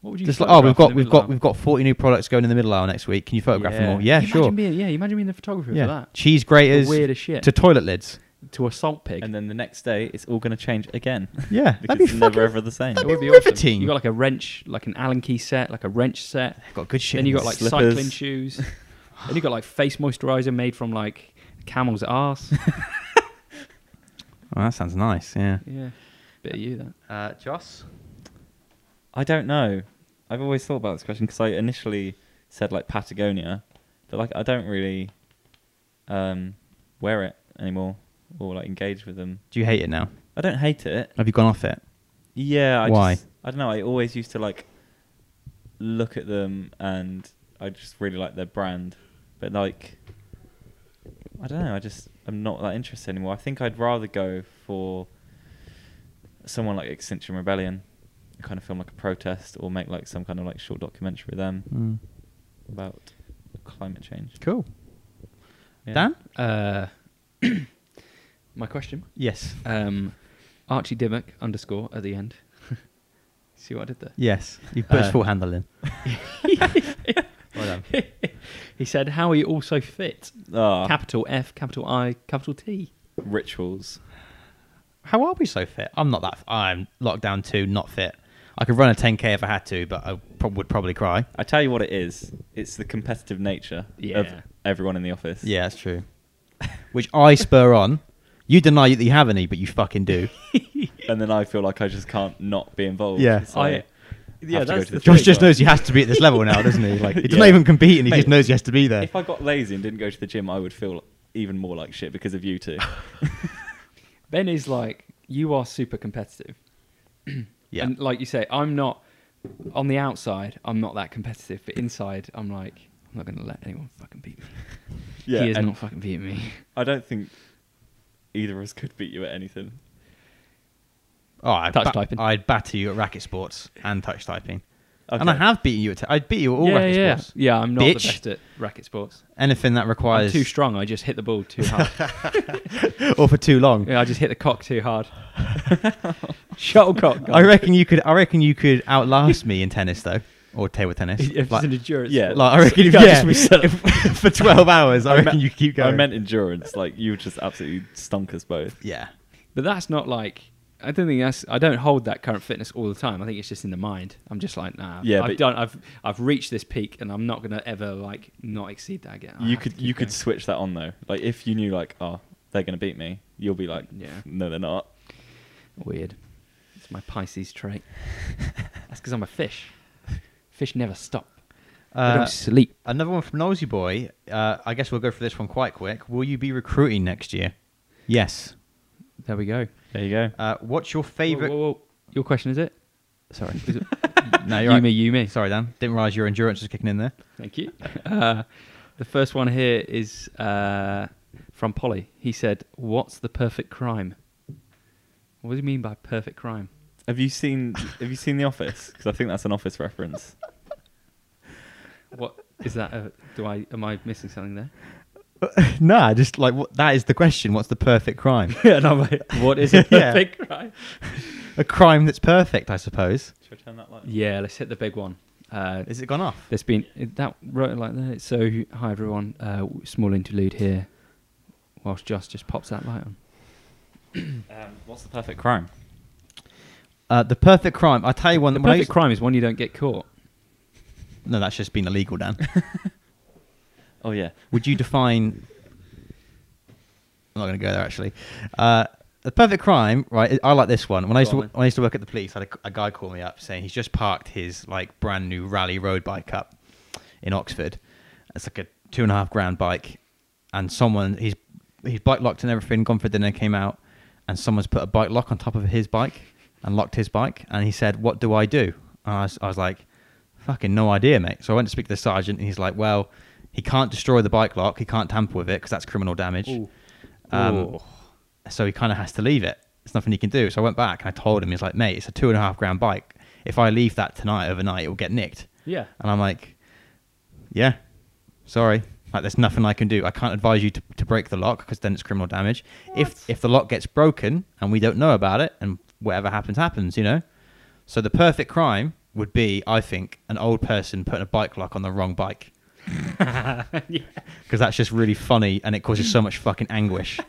What would Oh. you
Just like, oh, we've
photograph
got
in the
we've
middle
got
hour?
we've got forty new products going in the middle hour next week. Can you photograph them all? Yeah,
Imagine
sure.
Being, yeah, imagine being the photographer
yeah,
for that.
cheese graters,
The weirdest shit.
to toilet lids.
to a salt pig.
And then the next day, it's all going to change again.
Yeah,
because
that'd be
it's never
fucking-
ever the same.
that'd
It would
be
be awesome.
riveting.
You got like a wrench, like an Allen key set, like a wrench set.
Got good shit.
Then you
in
got
there.
like
Slippers.
cycling shoes. then you got like face moisturizer made from like camel's ass.
Oh, that sounds nice. Yeah.
yeah, bit of you that.
Uh, Joss?
I don't know. I've always thought about this question because I initially said like Patagonia, but like I don't really um, wear it anymore or like engage with them.
Do you hate it now?
I don't hate it.
Have you gone off it?
Yeah, I
Why?
Just, I don't know. I always used to like look at them, and I just really like their brand, but like I don't know. I just I'm not that interested anymore. I think I'd rather go for someone like Extinction Rebellion, and kind of film like a protest, or make like some kind of like short documentary with them
Mm.
about climate change.
Cool.
Yeah.
Dan?
Uh, my question.
Yes.
Um, Archie Dimmock underscore at the end. See what I did there?
Yes. You put his
Uh,
full handle in. well done.
he said, "How are you also fit?"
Ah,
Capital F, capital I, capital T.
rituals.
How are we so fit? I'm not that. F- I'm lockdown two, not fit. I could run a 10k if I had to, but I prob- would probably cry.
I tell you what it is. It's the competitive nature of
Yeah.
everyone in the office.
Yeah, that's true. Which I spur on. You deny that you have any, but you fucking do.
and then I feel like I just can't not be involved.
Yeah.
So
I-
I
yeah,
have to go
that's
to the
the thing.
Josh
gym.
just knows he has to be at this level now, doesn't he? Like he doesn't
Yeah.
even compete, and he just
Mate,
knows he has to be there.
If I got lazy and didn't go to the gym, I would feel even more like shit because of you two.
Ben is like, you are super competitive.
Yeah.
And like you say, I'm not on the outside. I'm not that competitive, but inside, I'm like, I'm not going to let anyone fucking beat me.
yeah,
he is
and
not fucking beating me.
I don't think either of us could beat you at anything.
Oh, I'd
Touch
ba-
typing.
I'd batter you at racket sports and touch typing, and
Okay.
I have beaten you at. T- I'd beat you at all
yeah,
racket
yeah,
sports.
yeah. I'm not
Bitch.
the best at racket sports.
Anything that
I'm
requires
too strong. I just hit the ball too hard.
or for too long.
yeah, I just hit the cock too hard. Shuttlecock.
I reckon you could. I reckon you could outlast me in tennis though, or table tennis.
If it's
like,
an endurance.
yeah,
sport.
like, I reckon if,
Yeah,
yeah,
just reset.
if- for twelve hours, I,
I
reckon
meant-
you keep
I
going.
meant endurance. Like you just absolutely stunk us both.
yeah,
But that's not like I don't think that's I don't hold that current fitness all the time. I think it's just in the mind. I'm just like, nah,
Yeah,
I've
but-
done I've I've reached this peak and I'm not gonna ever like not exceed that again. I
you
have to
could
keep
you could
going.
switch that on though. Like if you knew like oh they're gonna beat me, you'll be like
Yeah.
no they're not.
weird. It's my Pisces trait. that's because I'm a fish. Fish never stop. they
Uh,
don't sleep.
another one from Nosy Boy. Uh, I guess we'll go for this one quite quick. Will you be recruiting next year? Yes.
There we go.
There you go.
Uh, what's your
Whoa,
favourite?
whoa, whoa. Your question is it?
Sorry,
Is it
no,
you
you're right.
me, you me.
Sorry, Dan. Didn't realise your endurance was kicking in there.
Thank you. Uh, the first one here is uh, from Polly. He said, "What's the perfect crime?" What do you mean by perfect crime?
Have you seen Have you seen The Office? Because I think that's an Office reference.
What is that? A, do I am I missing something there?
no, just like what, that is the question. What's the perfect crime?
and I'm like, "What is a
Yeah.
perfect crime?"
a crime that's perfect, I suppose.
Should I turn that light? on?
Yeah, let's hit the big one. Uh,
Is it gone off?
there's been it- that wrote it like that. So hi everyone, uh, small interlude here. Whilst Josh just pops that light on.
Um, what's the perfect crime?
Uh, the perfect crime. I tell you one.
The
when I
perfect
used-
crime is one you don't get caught.
No, that's just been illegal, Dan.
Oh yeah.
Would you define? I'm not going to go there actually. Uh, the perfect crime, right? I like this one. When I used
Go
to
on, then.
when I used to work at the police, I had a, a guy call me up saying he's just parked his like brand new rally road bike up in Oxford. It's like a two and a half grand bike, and someone he's he's bike locked and everything. Gone for dinner, came out, and someone's put a bike lock on top of his bike and locked his bike. And he said, "What do I do?" And I was, I was like, "Fucking no idea, mate." So I went to speak to the sergeant, and he's like, "Well, he can't destroy the bike lock. He can't tamper with it because that's criminal damage." Um, so he kind of has to leave it. There's nothing he can do. So I went back and I told him, he's like, mate, it's a two and a half grand bike. If I leave that tonight, overnight, it will get nicked.
Yeah.
And I'm like, yeah, sorry. Like, there's nothing I can do. I can't advise you to, to break the lock because then it's criminal damage. If if the lock gets broken and we don't know about it and whatever happens happens, you know. So the perfect crime would be, I think, an old person putting a bike lock on the wrong bike
Yeah,
because that's just really funny and it causes so much fucking anguish.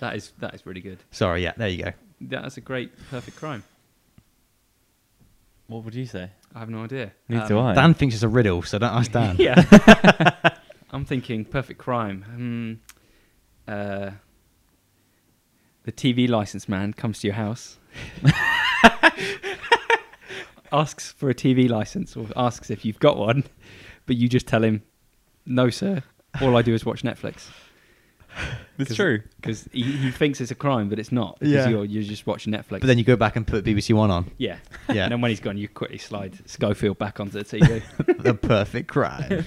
that is that is really good.
Sorry, yeah, there you go.
That's a great perfect crime.
What would you say?
I have no idea.
Neither
Um,
do I.
Dan thinks it's a riddle, so don't ask Dan.
Yeah. I'm thinking perfect crime. Hmm. uh, the TV license man comes to your house, asks for a TV license, or asks if you've got one, but you just tell him, "No, sir. All I do is watch Netflix."
It's true.
because he, he thinks it's a crime, but it's not. Because
Yeah.
you're you're just watching Netflix.
But then you go back and put BBC One on.
yeah,
Yeah.
And then when he's gone, you quickly slide Schofield back onto the TV.
the perfect crime.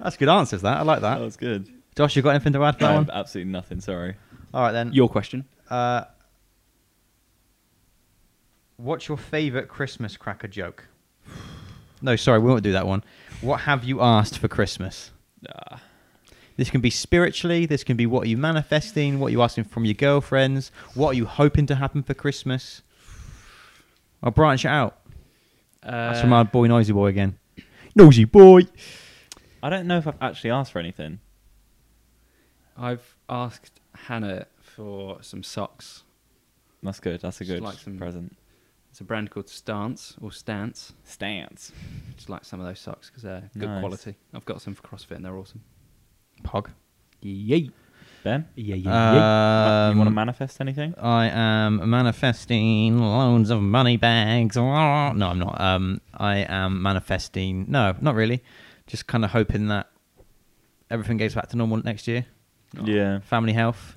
That's good answers. That I like
That
that.
was good.
Josh, you got anything to add to that
I
one?
have absolutely nothing. Sorry.
All right then.
your question.
Uh, what's your favourite Christmas cracker joke? No, sorry, we won't do that one. What have you asked for Christmas?
Ah.
This can be spiritually. This can be what are you manifesting? What are you asking from your girlfriends? What are you hoping to happen for Christmas? I'll branch it out.
Uh,
That's from our boy Noisy Boy again. Noisy Boy.
I don't know if I've actually asked for anything.
I've asked Hannah for some socks.
That's good. That's a
Just
good
like some-
present.
It's a brand called Stance or Stance.
Stance.
Just like some of those socks because they're good
Nice.
quality. I've got some for CrossFit and they're awesome.
Pog.
Yay!
Ben,
Yeah,
ma- you want to
Um,
manifest anything?
I am manifesting loads of money bags. No, I'm not. Um, I am manifesting. No, not really. Just kind of hoping that everything goes back to normal next year.
Yeah.
Family health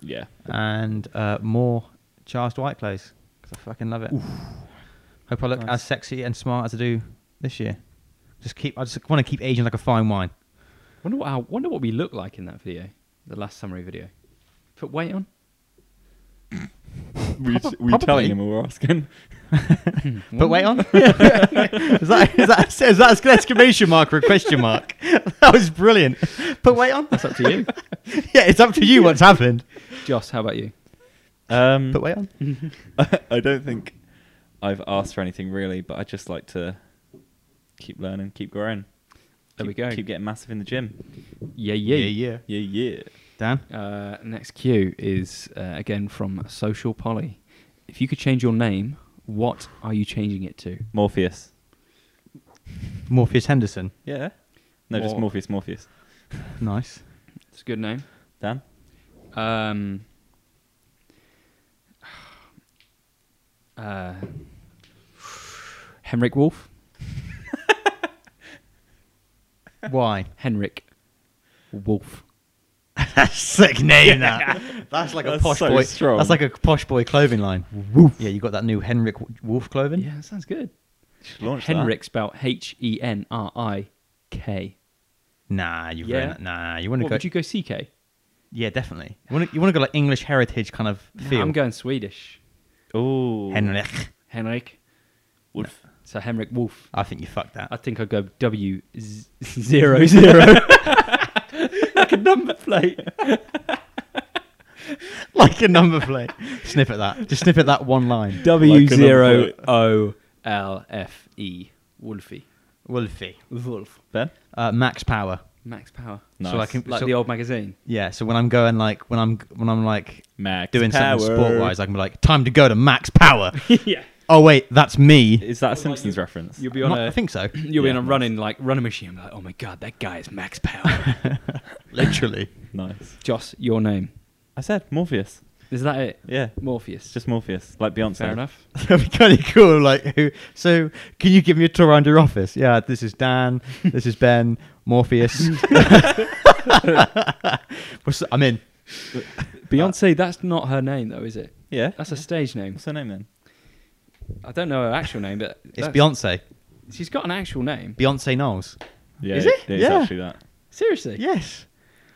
Yeah.
and uh, more charged white clothes because I fucking love it. Hope I look
Nice.
as sexy and smart as I do this year. Just keep. I just want to keep aging like a fine wine.
Wonder what how, wonder what we look like in that video, the last summary video. Put weight on.
Were you, were
you
you
telling
telling
probably. him
him we were asking?
But wait on. is that is that is that an exclamation mark or a question mark? That was brilliant. But wait on.
That's up to you,
yeah, it's up to you what's happened.
Joss. How about you?
Um,
But wait on.
I don't think I've asked for anything really, but I just like to keep learning, keep growing.
There we
Keep-
go.
Keep getting massive in the gym.
Yeah, yeah,
yeah.
Yeah, yeah.
Dan,
Uh, next cue is uh, again from Social Polly. If you could change your name, what are you changing it to?
Morpheus.
Morpheus Henderson.
Yeah. No, just
Mor-
Morpheus, Morpheus.
Nice.
It's a good name.
Dan?
Um, uh, Henrik Wolf.
Why?
Henrik Wolf.
That's sick name. That. That's like
That's
a posh
so
boy.
strong.
That's like a posh boy clothing line. Woof. Yeah, you got that new Henrik W- Wolf clothing.
Yeah, that sounds good.
Should launch that.
Henrik spelled H E N R I K.
Nah, you
Yeah.
yeah. nah. You want to
What
go?
Would you go CK?
Yeah, definitely. You want to you want to go like English heritage kind of feel.
I'm going Swedish.
Ooh.
Henrik.
Henrik.
Wolf.
So Henrik Wolf.
I think you fucked that.
I think I'd go W z- zero zero. like a number plate.
like a number plate. sniff at that. Just sniff at that one line.
W
Like a number
zero
plate.
O L F E. Wolfie.
Wolfie.
Wolf.
Ben?
Uh, max power.
Max Power.
Nice.
So I can
Like
so-
the old magazine.
Yeah, so when I'm going like when I'm when I'm like
Max
doing
power.
something sport wise, I can be like, time to go to max power.
yeah.
oh wait, that's me.
Is that a Simpsons reference?
You'll be on
Not-
a.
I think so.
You'll be
Yeah,
on a
nice.
running like running machine. like, oh my god, that guy is Max Power.
Literally.
Nice.
Joss, your name.
I said Morpheus.
Is that it?
Yeah.
Morpheus.
It's just Morpheus, like Beyonce.
fair enough.
That'd be kind of cool. Like, who? So, can you give me a tour around your office? Yeah, this is Dan. This is Ben. Morpheus. What's- I'm in.
Beyonce, that's not her name though, is it?
Yeah.
That's a stage name.
What's her name then?
I don't know her actual name, but
It's
that's-
Beyonce.
She's got an actual name.
Beyonce Knowles.
Yeah,
Is it?
It's
Yeah.
actually that.
Seriously?
Yes.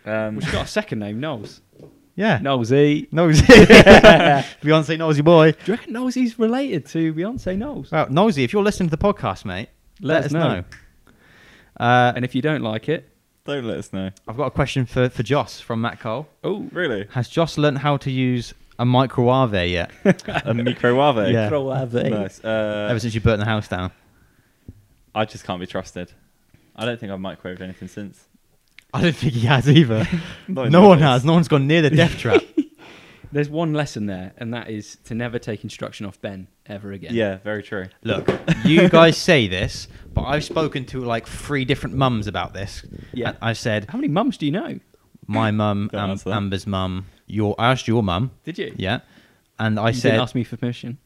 Um,
Well, she's got a second name, Knowles.
Yeah.
Knowlesy.
Knowles. Beyonce Knowlesy boy.
Do you reckon Knowlesy's related to Beyonce Knowles?
Well, Knowlesy, if you're listening to the podcast, mate,
Let
let,
us
us
know.
know. Uh,
And if you don't like it,
don't let us know.
I've got a question for, for Joss from Matt Cole.
oh,
Really?
Has Joss learnt how to use a microwave yet.
a microwave.
Yeah.
Nice. Uh,
Ever since you burnt the house down.
I just can't be trusted. I don't think I've microwaved anything since.
I don't think he has either.
Not in
no
the
one
office.
has. No one's gone near the death trap.
There's one lesson there, and that is to never take instruction off Ben ever again.
Yeah, very true.
Look, you guys say this, but I've spoken to like three different mums about this.
Yeah.
And I said,
How many mums do you know?
my mum,
Don't
Am-
answer that.
Amber's mum, your, I asked your mum.
Did you?
Yeah. And I
you
said,
didn't ask me for permission.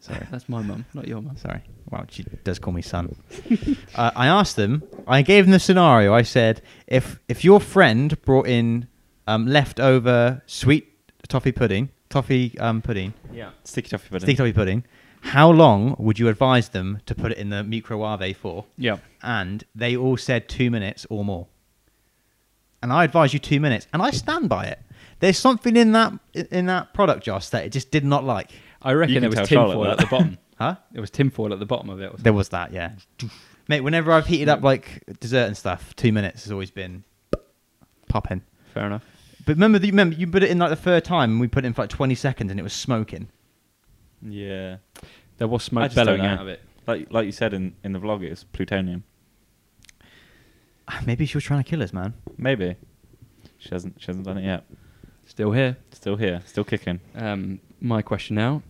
sorry,
That's my mum, not your mum.
sorry. Wow, she does call me son. uh, I asked them, I gave them the scenario. I said, if, if your friend brought in um, leftover sweet toffee pudding, toffee um, pudding,
Yeah.
Sticky toffee pudding.
sticky toffee pudding, how long would you advise them to put it in the microwave for?
Yeah.
and they all said two minutes or more. And I advise you two minutes, and I stand by it. There's something in that in that product, Josh, that it just did not like.
I reckon
can
there was
tell
tin
Charlotte
foil at
that.
the bottom.
Huh?
There was tin foil at the bottom of it. or something.
There was that, yeah. Mate, whenever I've heated up like dessert and stuff, two minutes has always been popping.
Fair enough.
But remember, the, remember, you put it in like the third time, and we put it in for like 20 seconds, and it was smoking.
Yeah.
There was
I
smoke
just don't
bellowing
know.
out of it.
Like like you said in, in the vlog, it was plutonium.
Ah, Maybe she was trying to kill us, man.
Maybe. She hasn't she hasn't done it yet.
Still here.
Still here, still kicking.
Um, my question now: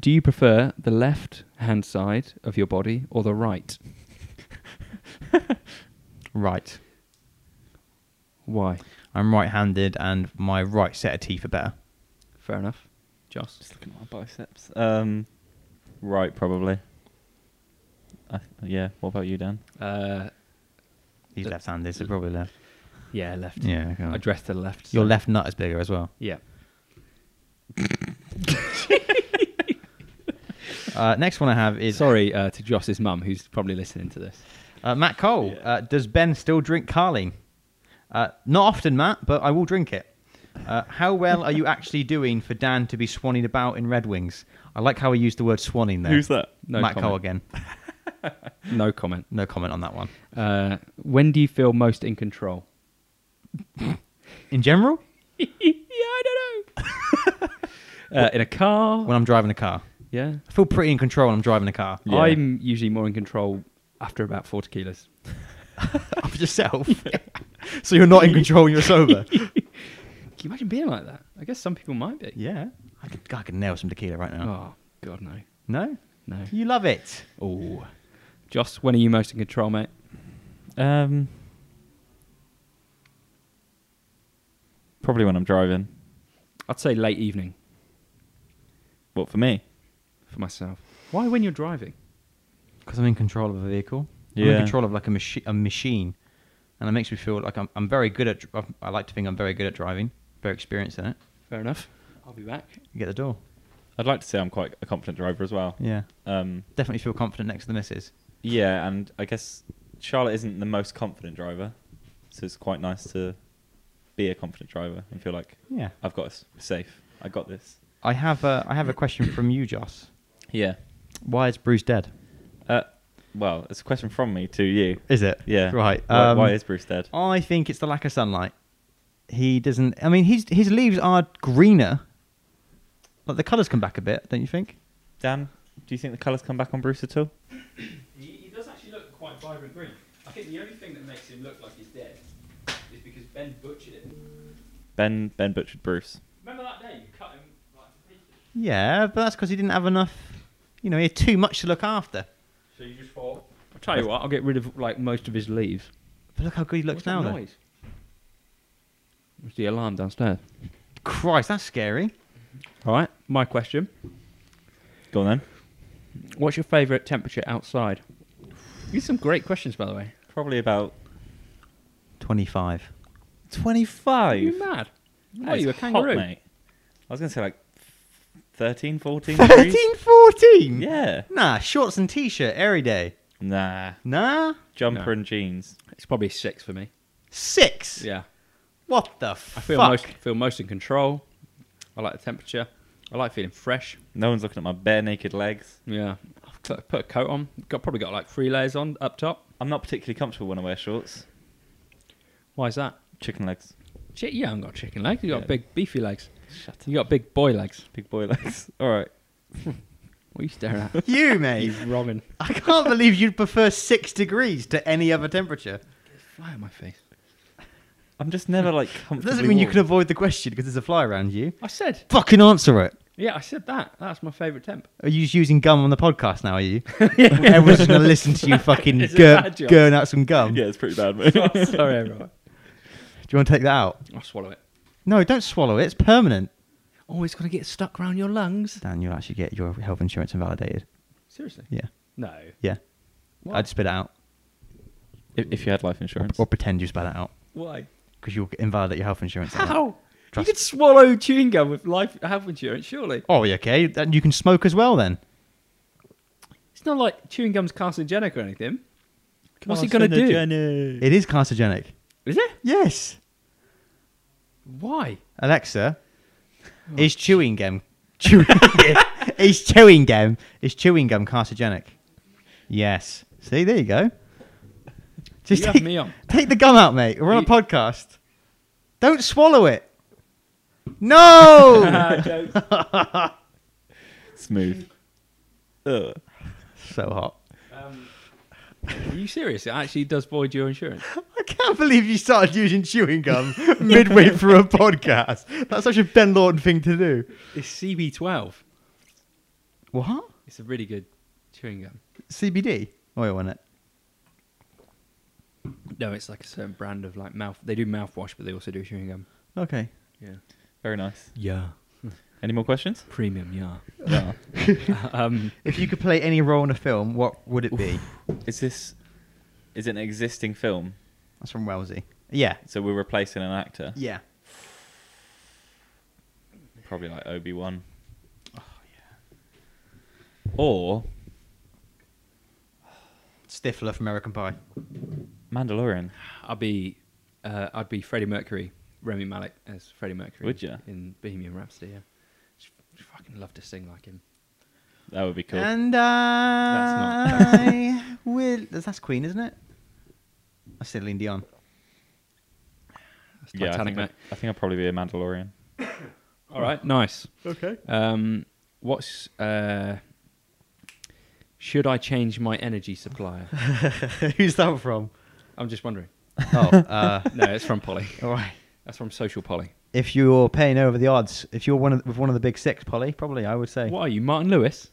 Do you prefer the left hand side of your body or the right?
Right.
Why?
I'm right-handed, and my right set of teeth are better.
Fair enough. Joss.
Just looking at my biceps. Um right probably. I yeah, what about you, Dan?
Uh,
He's
Uh,
left-handed, so probably left.
yeah, left.
Yeah. okay.
I dress to the left.
Your
so-
left nut is bigger as well.
Yeah.
Uh, next one I have is
Sorry uh, to Joss's mum, who's probably listening to this.
uh, Matt Cole.
Yeah.
Uh, does Ben still drink Carling? Uh, not often, Matt, but I will drink it. Uh, how well are you actually doing for Dan to be swanning about in Red Wings? I like how he used the word swanning there.
Who's that?
No
Matt
comment.
Cole again.
No comment.
No comment on that one.
Uh, when do you feel most in control?
In general,
yeah, I don't know. uh, in a car.
when I'm driving a car,
yeah.
I feel pretty in control when I'm driving a car.
Yeah.
I'm usually more in control after about four tequilas.
Of yourself. so you're not in control when you're sober.
Can you imagine being like that? I guess some people might be.
yeah. I could, I could nail some tequila right now.
Oh God, no,
No?
no.
You love it.
Oh, Joss, when are you most in control, mate?
Um Probably when I'm driving.
I'd say late evening
What for me?
for myself. Why when you're driving?
Because I'm in control of a vehicle. I'm in
Yeah.
control of like a, machi- a machine. And it makes me feel like I'm, I'm very good at, dr- I like to think I'm very good at driving, very experienced in it.
Fair enough. I'll be back.
You get the door.
I'd like to say I'm quite a confident driver as well.
Yeah.
Um
Definitely feel confident next to the missus.
Yeah, and I guess Charlotte isn't the most confident driver, so it's quite nice to be a confident driver and feel like
Yeah.
I've got this, we're safe, I got this.
I have a, I have a question from you, Joss.
Yeah.
Why is Bruce dead?
Uh, well, it's a question from me to you.
Is it?
Yeah.
Right.
Why,
um,
why is Bruce dead?
I think it's the lack of sunlight. He doesn't, I mean, his, his leaves are greener. Like the colours come back a bit, don't you think?
Dan, do you think the colours come back on Bruce at all?
He, he does actually look quite vibrant green. I think the only thing that makes him look like he's dead is because Ben butchered it.
Ben Ben butchered Bruce.
Remember that day you cut him like to pieces?
Yeah, but that's because he didn't have enough, you know, he had too much to look after.
So you just thought. I'll tell you what. I'll get rid of like most of his leaves.
But look how good he looks
What's that
now, though.
noise? It was the alarm downstairs.
Christ, that's scary.
All right. My question.
Go on then.
What's your favourite temperature outside? These are some great questions, by the way.
Probably about
25.
25.
Are you mad?
That
What are
is
you, a
hot,
kangaroo?
mate. I was going to say like 13, 14 degrees.
13, 14?
Yeah.
Nah, shorts and t shirt every day.
Nah.
Nah,
Jumper
No.
and jeans.
It's probably six for me.
six.
Yeah,
What the
I feel
fuck?
most feel most in control. I like the temperature. I like feeling fresh.
No one's looking at my bare naked legs.
Yeah, I've put, put a coat on. Got probably got like three layers on up top.
I'm not particularly comfortable when I wear shorts.
Why is that?
Chicken legs.
Shit, you haven't got chicken legs. You got
Yeah.
big beefy legs.
Shut up.
You got big boy legs.
Big boy legs. All right.
What are you staring at?
You,
you
mate.
wronging.
I can't believe you'd prefer six degrees to any other temperature.
Fly on my face.
I'm just never like
That
comfortable.
doesn't mean you can avoid the question because there's a fly around you.
I said.
Fucking answer it.
Yeah, I said that. That's my favourite temp.
Are you just using gum on the podcast now? Are you? Everyone's just gonna listen to you fucking
It's a
gur-
bad job.
gurn out some gum.
Yeah, it's pretty bad, mate.
Sorry, everyone.
Do you want to take that out?
I'll swallow it.
No, don't swallow it. It's permanent.
Oh, it's going to get stuck round your lungs.
Dan, you'll actually get your health insurance invalidated.
Seriously?
Yeah,
No.
yeah.
Why?
I'd spit it out
if, if you had life insurance.
or pretend you spat it out
Why?
because you'll invalidate your health insurance. out.
How?
Trust-
You could swallow chewing gum with life health insurance, surely.
Oh, yeah, okay. Then you can smoke as well then.
It's not like chewing gum's carcinogenic or anything. What's he gonna do?
do?
It is carcinogenic.
Is it?
Yes.
Why?
Alexa,
Oh,
is chewing gum chewing? is chewing gum is chewing gum carcinogenic? Yes. See, there you go.
You have
take,
me on.
take the gum out, mate. We're on
You-
a podcast. Don't swallow it. No.
Smooth. Ugh.
so hot.
Are you serious? It actually does void your insurance.
I can't believe you started using chewing gum midway through a podcast. That's such a Ben Lawton thing to do.
It's CB12.
What?
It's a really good chewing gum.
CBD oil in Oh, it.
No, it's like a certain brand of like mouth. They do mouthwash, but they also do chewing gum.
Okay.
Yeah.
Very nice.
Yeah.
Any more questions?
Premium, yeah.
No.
um,
If you could play any role in a film, what would it be?
Is this is it an existing film?
That's from Wellesley. Yeah.
So we're replacing an actor.
Yeah.
Probably like Obi Wan. Oh yeah. Or
Stifler from American Pie.
Mandalorian.
I'd be, uh, I'd be Freddie Mercury, Remy Malik as Freddie Mercury.
Would ya?
In Bohemian Rhapsody, yeah. Just fucking love to sing like him.
That would be cool.
And
not-
I will. That's Queen, isn't it? That's Celine Dion.
That's
yeah, I
Titanic,
think, I,
mate.
I think I'd probably be a Mandalorian.
All right, nice.
Okay.
Um, what's uh, should I change my energy supplier?
Who's that from?
I'm just wondering.
Oh, uh,
No, it's from Polly.
all right.
That's from Social Polly.
If you're paying over the odds, if you're one of, with one of the big six, Polly, probably I would say.
What are you, Martin Lewis?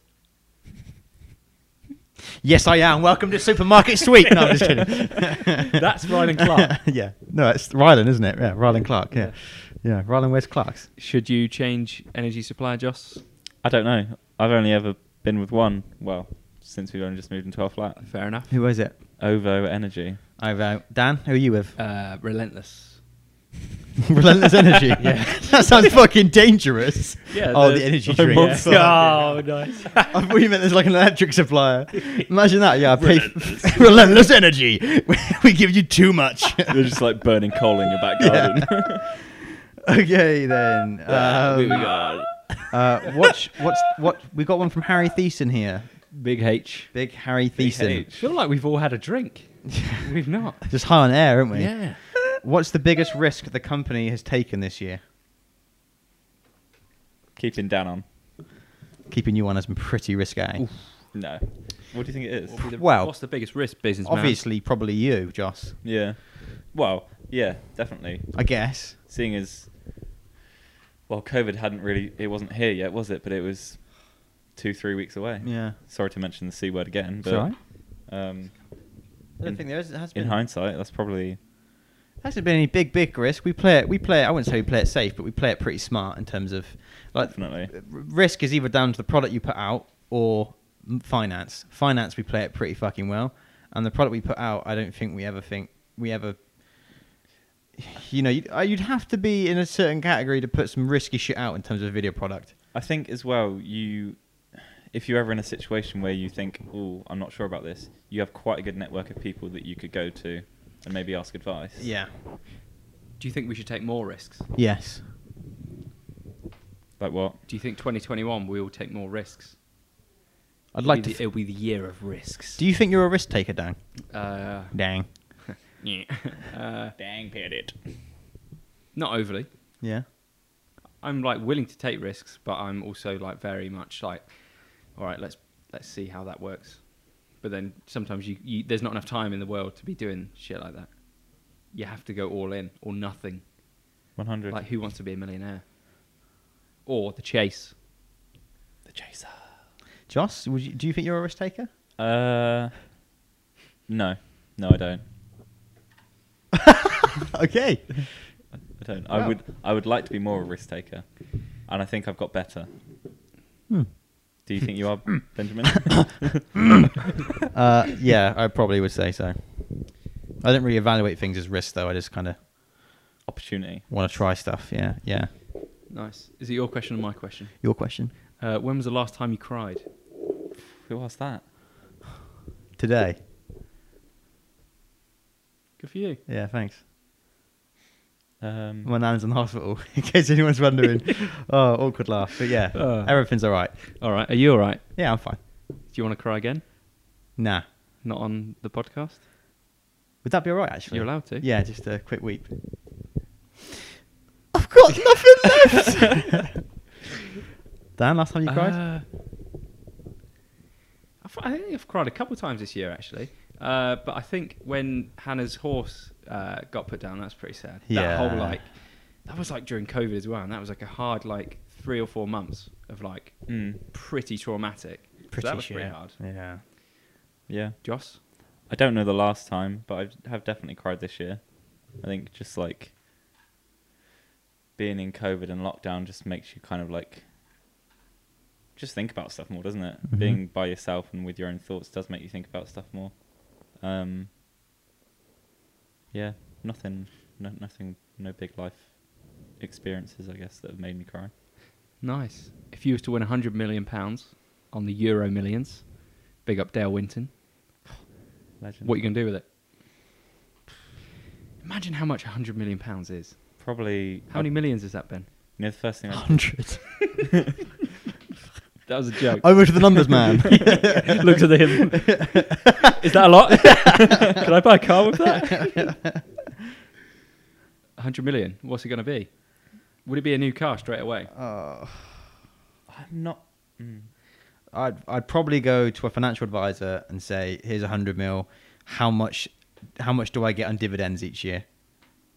Yes, I am. Welcome to Supermarket Suite. No, I'm just kidding.
That's Ryan Clark.
yeah. No, it's Rylan, isn't it? Yeah, Rylan Clark. Yeah. Yeah, Rylan Where's Clark's.
Should you change energy supplier, Joss?
I don't know. I've only ever been with one. Well, since we've only just moved into our flat.
Fair enough.
Who was it?
Ovo Energy.
I've, uh, Dan, who are you with?
Uh, relentless.
Relentless energy. yeah. That sounds fucking dangerous.
Yeah,
Oh,
the-
the, energy
the
drink.
monster.
Oh, nice. I thought you meant there's like an electric supplier. Imagine that. Yeah. I pay relentless. relentless energy. we give you too much.
They're just like burning coal in your back garden.
okay then. Um,
God.
uh, watch. What's what? We got one from Harry Thiessen here.
Big H.
Big Harry Thiessen.
I feel like we've all had a drink. we've not.
Just high on air, aren't we?
Yeah.
What's the biggest risk the company has taken this year?
Keeping Dan on.
Keeping you on has been pretty risque.
No. What do you think it is?
What
Well-
what's the biggest risk business?
Obviously, probably you, Joss.
Yeah. Well, yeah, definitely.
I guess.
Seeing as, well, COVID hadn't really, it wasn't here yet, was it? But it was two, three weeks away.
Yeah.
Sorry to mention the C word again, but
alright.
um,
I don't
In-
think there is. Has
in
been.
hindsight, that's probably,
hasn't been any big, big risk. We play it. We play it. I wouldn't say we play it safe, but we play it pretty smart in terms of like
Definitely.
r- risk is either down to the product you put out or m- finance. Finance, we play it pretty fucking well, and the product we put out, I don't think we ever think we ever. You know, you'd, uh, you'd have to be in a certain category to put some risky shit out in terms of video product.
I think as well, you, if you're ever in a situation where you think, oh, I'm not sure about this, you have quite a good network of people that you could go to and maybe ask advice.
Yeah.
Do you think we should take more risks?
Yes.
Like what?
Do you think 2021 we will take more risks?
I'd
It'll
like
be
to.
the-
f-
it'll be the year of risks.
do you think you're a risk taker, Dang?
uh,
Dang.
yeah. uh,
Dang, it.
not overly.
Yeah.
I'm like willing to take risks, but I'm also like very much like, all right, let's let's see how that works. But then sometimes you, you there's not enough time in the world to be doing shit like that. You have to go all in or nothing.
100.
Like who wants to be a millionaire? Or the chase.
the chaser.
Joss, would you, do you think you're a risk taker?
Uh, no, no, I don't.
okay.
I don't.
Wow.
I would. I would like to be more of a risk taker, and I think I've got better.
Hmm.
Do you think you are, Benjamin?
Uh, yeah, I probably would say so. I don't really evaluate things as risk though. I just kind of
Opportunity.
want to try stuff. Yeah, yeah.
Nice. Is it your question or my question?
Your question
Uh, when was the last time you cried?
Who asked that?
today?
Good for you.
Yeah, thanks.
Um,
My nan's in the hospital, in case anyone's wondering. oh, awkward laugh. But yeah,
Uh.
everything's all right.
All right. Are you all right?
Yeah, I'm fine.
Do you want to cry again?
Nah,
Not on the podcast.
would that be all right? Actually,
You're allowed to.
Yeah, just a quick weep. I've got nothing left. Dan, last time you cried?
Uh, I fi- I think I've cried a couple of times this year actually, uh, but I think when Hannah's horse uh, got put down, that's pretty sad. That
Yeah.
whole like, that was like during COVID as well, and that was like a hard like three or four months of like
mm,
pretty traumatic. So that was pretty hard.
Yeah.
yeah.
Joss,
I don't know the last time, but I have definitely cried this year. I think just like being in COVID and lockdown just makes you kind of like just think about stuff more, doesn't it?
Mm-hmm.
Mhm.
Being by yourself and with your own thoughts does make you think about stuff more. Um, yeah, nothing, no, nothing, no big life experiences, I guess, that have made me cry.
nice. If you was to win hundred million pounds on the Euro Millions, big up Dale Winton.
Legend.
What are you gonna do with it? Imagine how much hundred million pounds is.
Probably.
Uh,
How many millions has that been?
You know, the first thing I
Hundred.
That was a joke.
Over to the numbers, man.
looked at him. Is that a lot? Can I buy a car with that?
100 million. What's it going to be? Would it be a new car straight away?
I'm not. Mm.
I'd I'd probably go to a financial advisor and say, "Here's a hundred mil. How much? How much do I get on dividends each year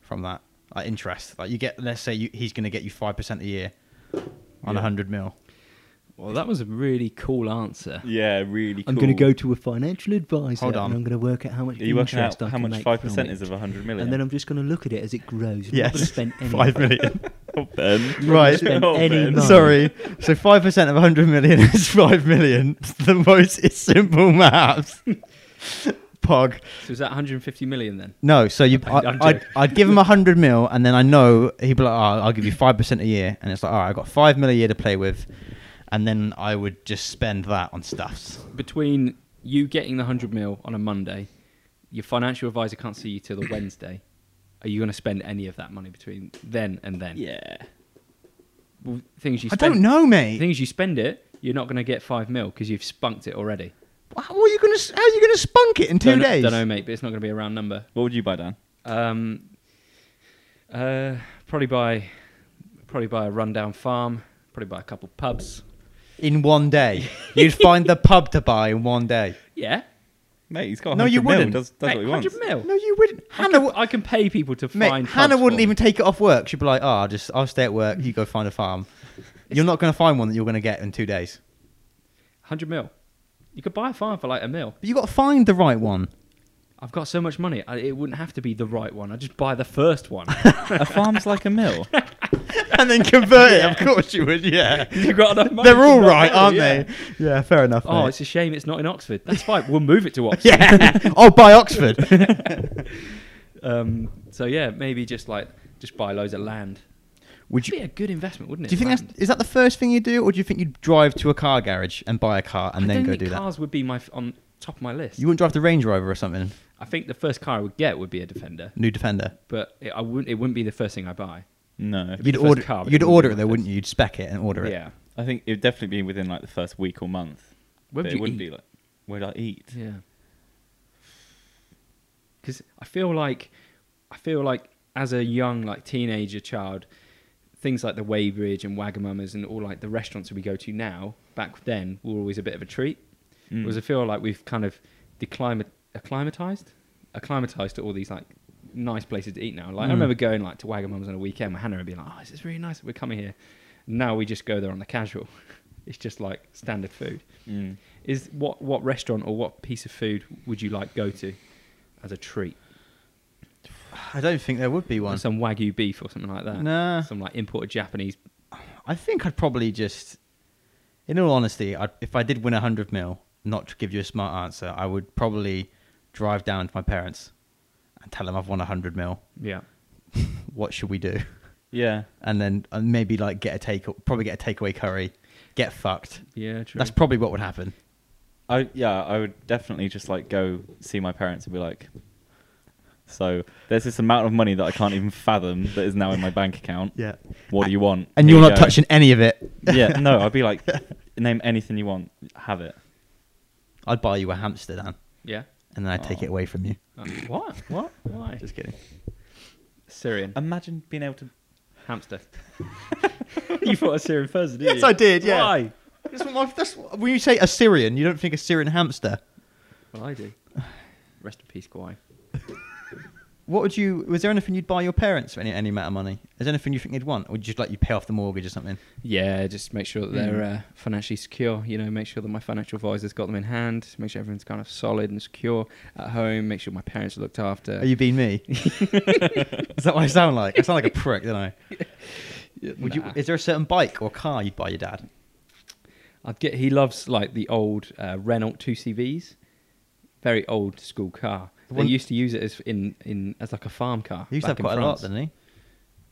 from that? Like interest? Like you get? Let's say you, he's going to get you five percent a year on a
Yeah.
hundred mil.
Well, that was a really cool answer.
Yeah, really. Cool.
I'm going to go to a financial advisor
Hold on.
and I'm going to work out how much
Are you working out
interest I
how
can
much
make
five percent
from
is
it.
of a hundred million?
And then I'm just going to look at it as it grows. I'm not going to spend any.
five million.
oh, Ben.
right.
spend
Oh,
any
Ben.
money.
Sorry. So five percent of a hundred million is five million. The most is simple maths. Pog.
So is that 150 million then?
No, so you, I,
I'm- I'm
I'd, I'd give him a hundred mil, and then I know he'd be like, oh, I'll give you five percent a year, and it's like, all right, I've got five mil a year to play with, and then I would just spend that on stuffs.
Between you getting the 100 mil on a Monday, your financial advisor can't see you till the Wednesday. Are you going to spend any of that money between then and then?
Yeah.
Well, things you
I
spend,
don't know, mate.
Things you spend it, you're not going to get five mil because you've spunked it already.
how are you gonna? s- How are you gonna spunk it in 2
don't,
days?
Don't know, mate, but it's not going to be a round number.
What would you buy, Dan?
Um, uh, probably buy, probably buy a rundown farm. Probably buy a couple pubs.
In one day, you'd find the pub to buy in one day.
Yeah,
Mate, he's got.
No,
100
you
mil,
wouldn't.
Does, does
Mate,
what he
100
wants.
mil.
No, you wouldn't. Hannah, w-
I can pay people to
mate,
find.
Hannah
pubs
wouldn't
for
even
me.
take it off work. She'd be like, ah, just I'll stay at work. You go find a farm. You're not gonna find one that you're gonna get in two days.
100 mil. You could buy a farm for like a mil.
But you got to find the right one.
I've got so much money. I, it wouldn't have to be the right one. I just buy the first one.
a farm's like a mill.
and then convert it. Of course you would. Yeah,
You've got enough money.
they're all
to buy
right,
it,
aren't
yeah.
they? Yeah, fair enough.
Oh,
mate.
it's a shame it's not in Oxford. That's fine. We'll move it to Oxford.
yeah. I'll buy Oxford.
Um, so yeah, maybe just like just buy loads of land.
Would
It'd
you?
be a good investment, wouldn't it?
Do you think that's,
land?
is that the first thing you do, or do you think you'd drive to a car garage and buy a car and
I
then go
don't
do
think cars would be my f- on top of my list.
that? You wouldn't drive the Range Rover or something,
I think the first car I would get would be a Defender,
new Defender.
but it, I wouldn't. It wouldn't be the first thing I buy.
No,
It'd be
You'd
the first
order,
car, but
you'd
it wouldn't
order
be
it though,
my
wouldn't you? You'd spec it and order it.
Yeah.
I think it'd definitely be within like the first week or month.
Where
but
would
it
you
wouldn't
eat?
be like where'd I eat?
Yeah. Because I feel like, I feel like as a young like teenager child, things like the Weybridge and Wagamama's and all like the restaurants that we go to now, back then were always a bit of a treat.
Mm.
Because I feel like we've kind of declimat- acclimatized, acclimatized to all these like nice places to eat now. Like I
Mm.
remember going like to Wagamama's on a weekend with Hannah and being like, "Oh, this is really nice. We're coming here." Now we just go there on the casual. it's just like standard food.
Mm.
Is what what restaurant or what piece of food would you like go to as a treat?
I don't think there would be
Like
one.
Some wagyu beef or something like that.
Nah.
Some like imported Japanese.
I think I'd probably just, in all honesty, I'd, if I did win a hundred mil, not to give you a smart answer, I would probably drive down to my parents and tell them I've won a hundred mil.
Yeah.
What should we do?
Yeah.
And then uh, maybe like get a take, probably get a takeaway curry, get fucked.
Yeah. True.
That's probably what would happen.
I yeah, I would definitely just like go see my parents and be like so there's this amount of money that I can't even fathom that is now in my bank account.
Yeah.
What do you want?
And
Here
you're
you
not
go."
touching any of it.
Yeah, no, I'd be like name anything you want, have it.
I'd buy you a hamster, Dan,
yeah.
and then I'd take
Aw.
it away from you.
Uh, what? What? Why?
Just kidding.
Syrian
Imagine being able to
hamster. you thought a Syrian first, didn't you?
Yes, I did. Yeah.
Why?
That's what my, that's, what- when you say Assyrian, you don't think Assyrian hamster.
Well, I do. Rest in peace, Kauai.
What would you? Was there anything you'd buy your parents for any, any amount of money? Is there anything you think they'd want, or would you just like you pay off the mortgage or something?
Yeah, just make sure that they're
Mm.
uh, financially secure. You know, make sure that my financial advisor's got them in hand. Make sure everyone's kind of solid and secure at home. Make sure my parents are looked after.
Are you being me? is that what I sound like? I sound like a prick, don't I? Would you?
Nah.
Is there a certain bike or car you'd buy your dad?
I'd get. He loves like the old uh, Renault two CVs, very old school car.
The
They
one-
used to use it as in, in as like a farm car.
He used to have
back in
quite a lot,
France.
didn't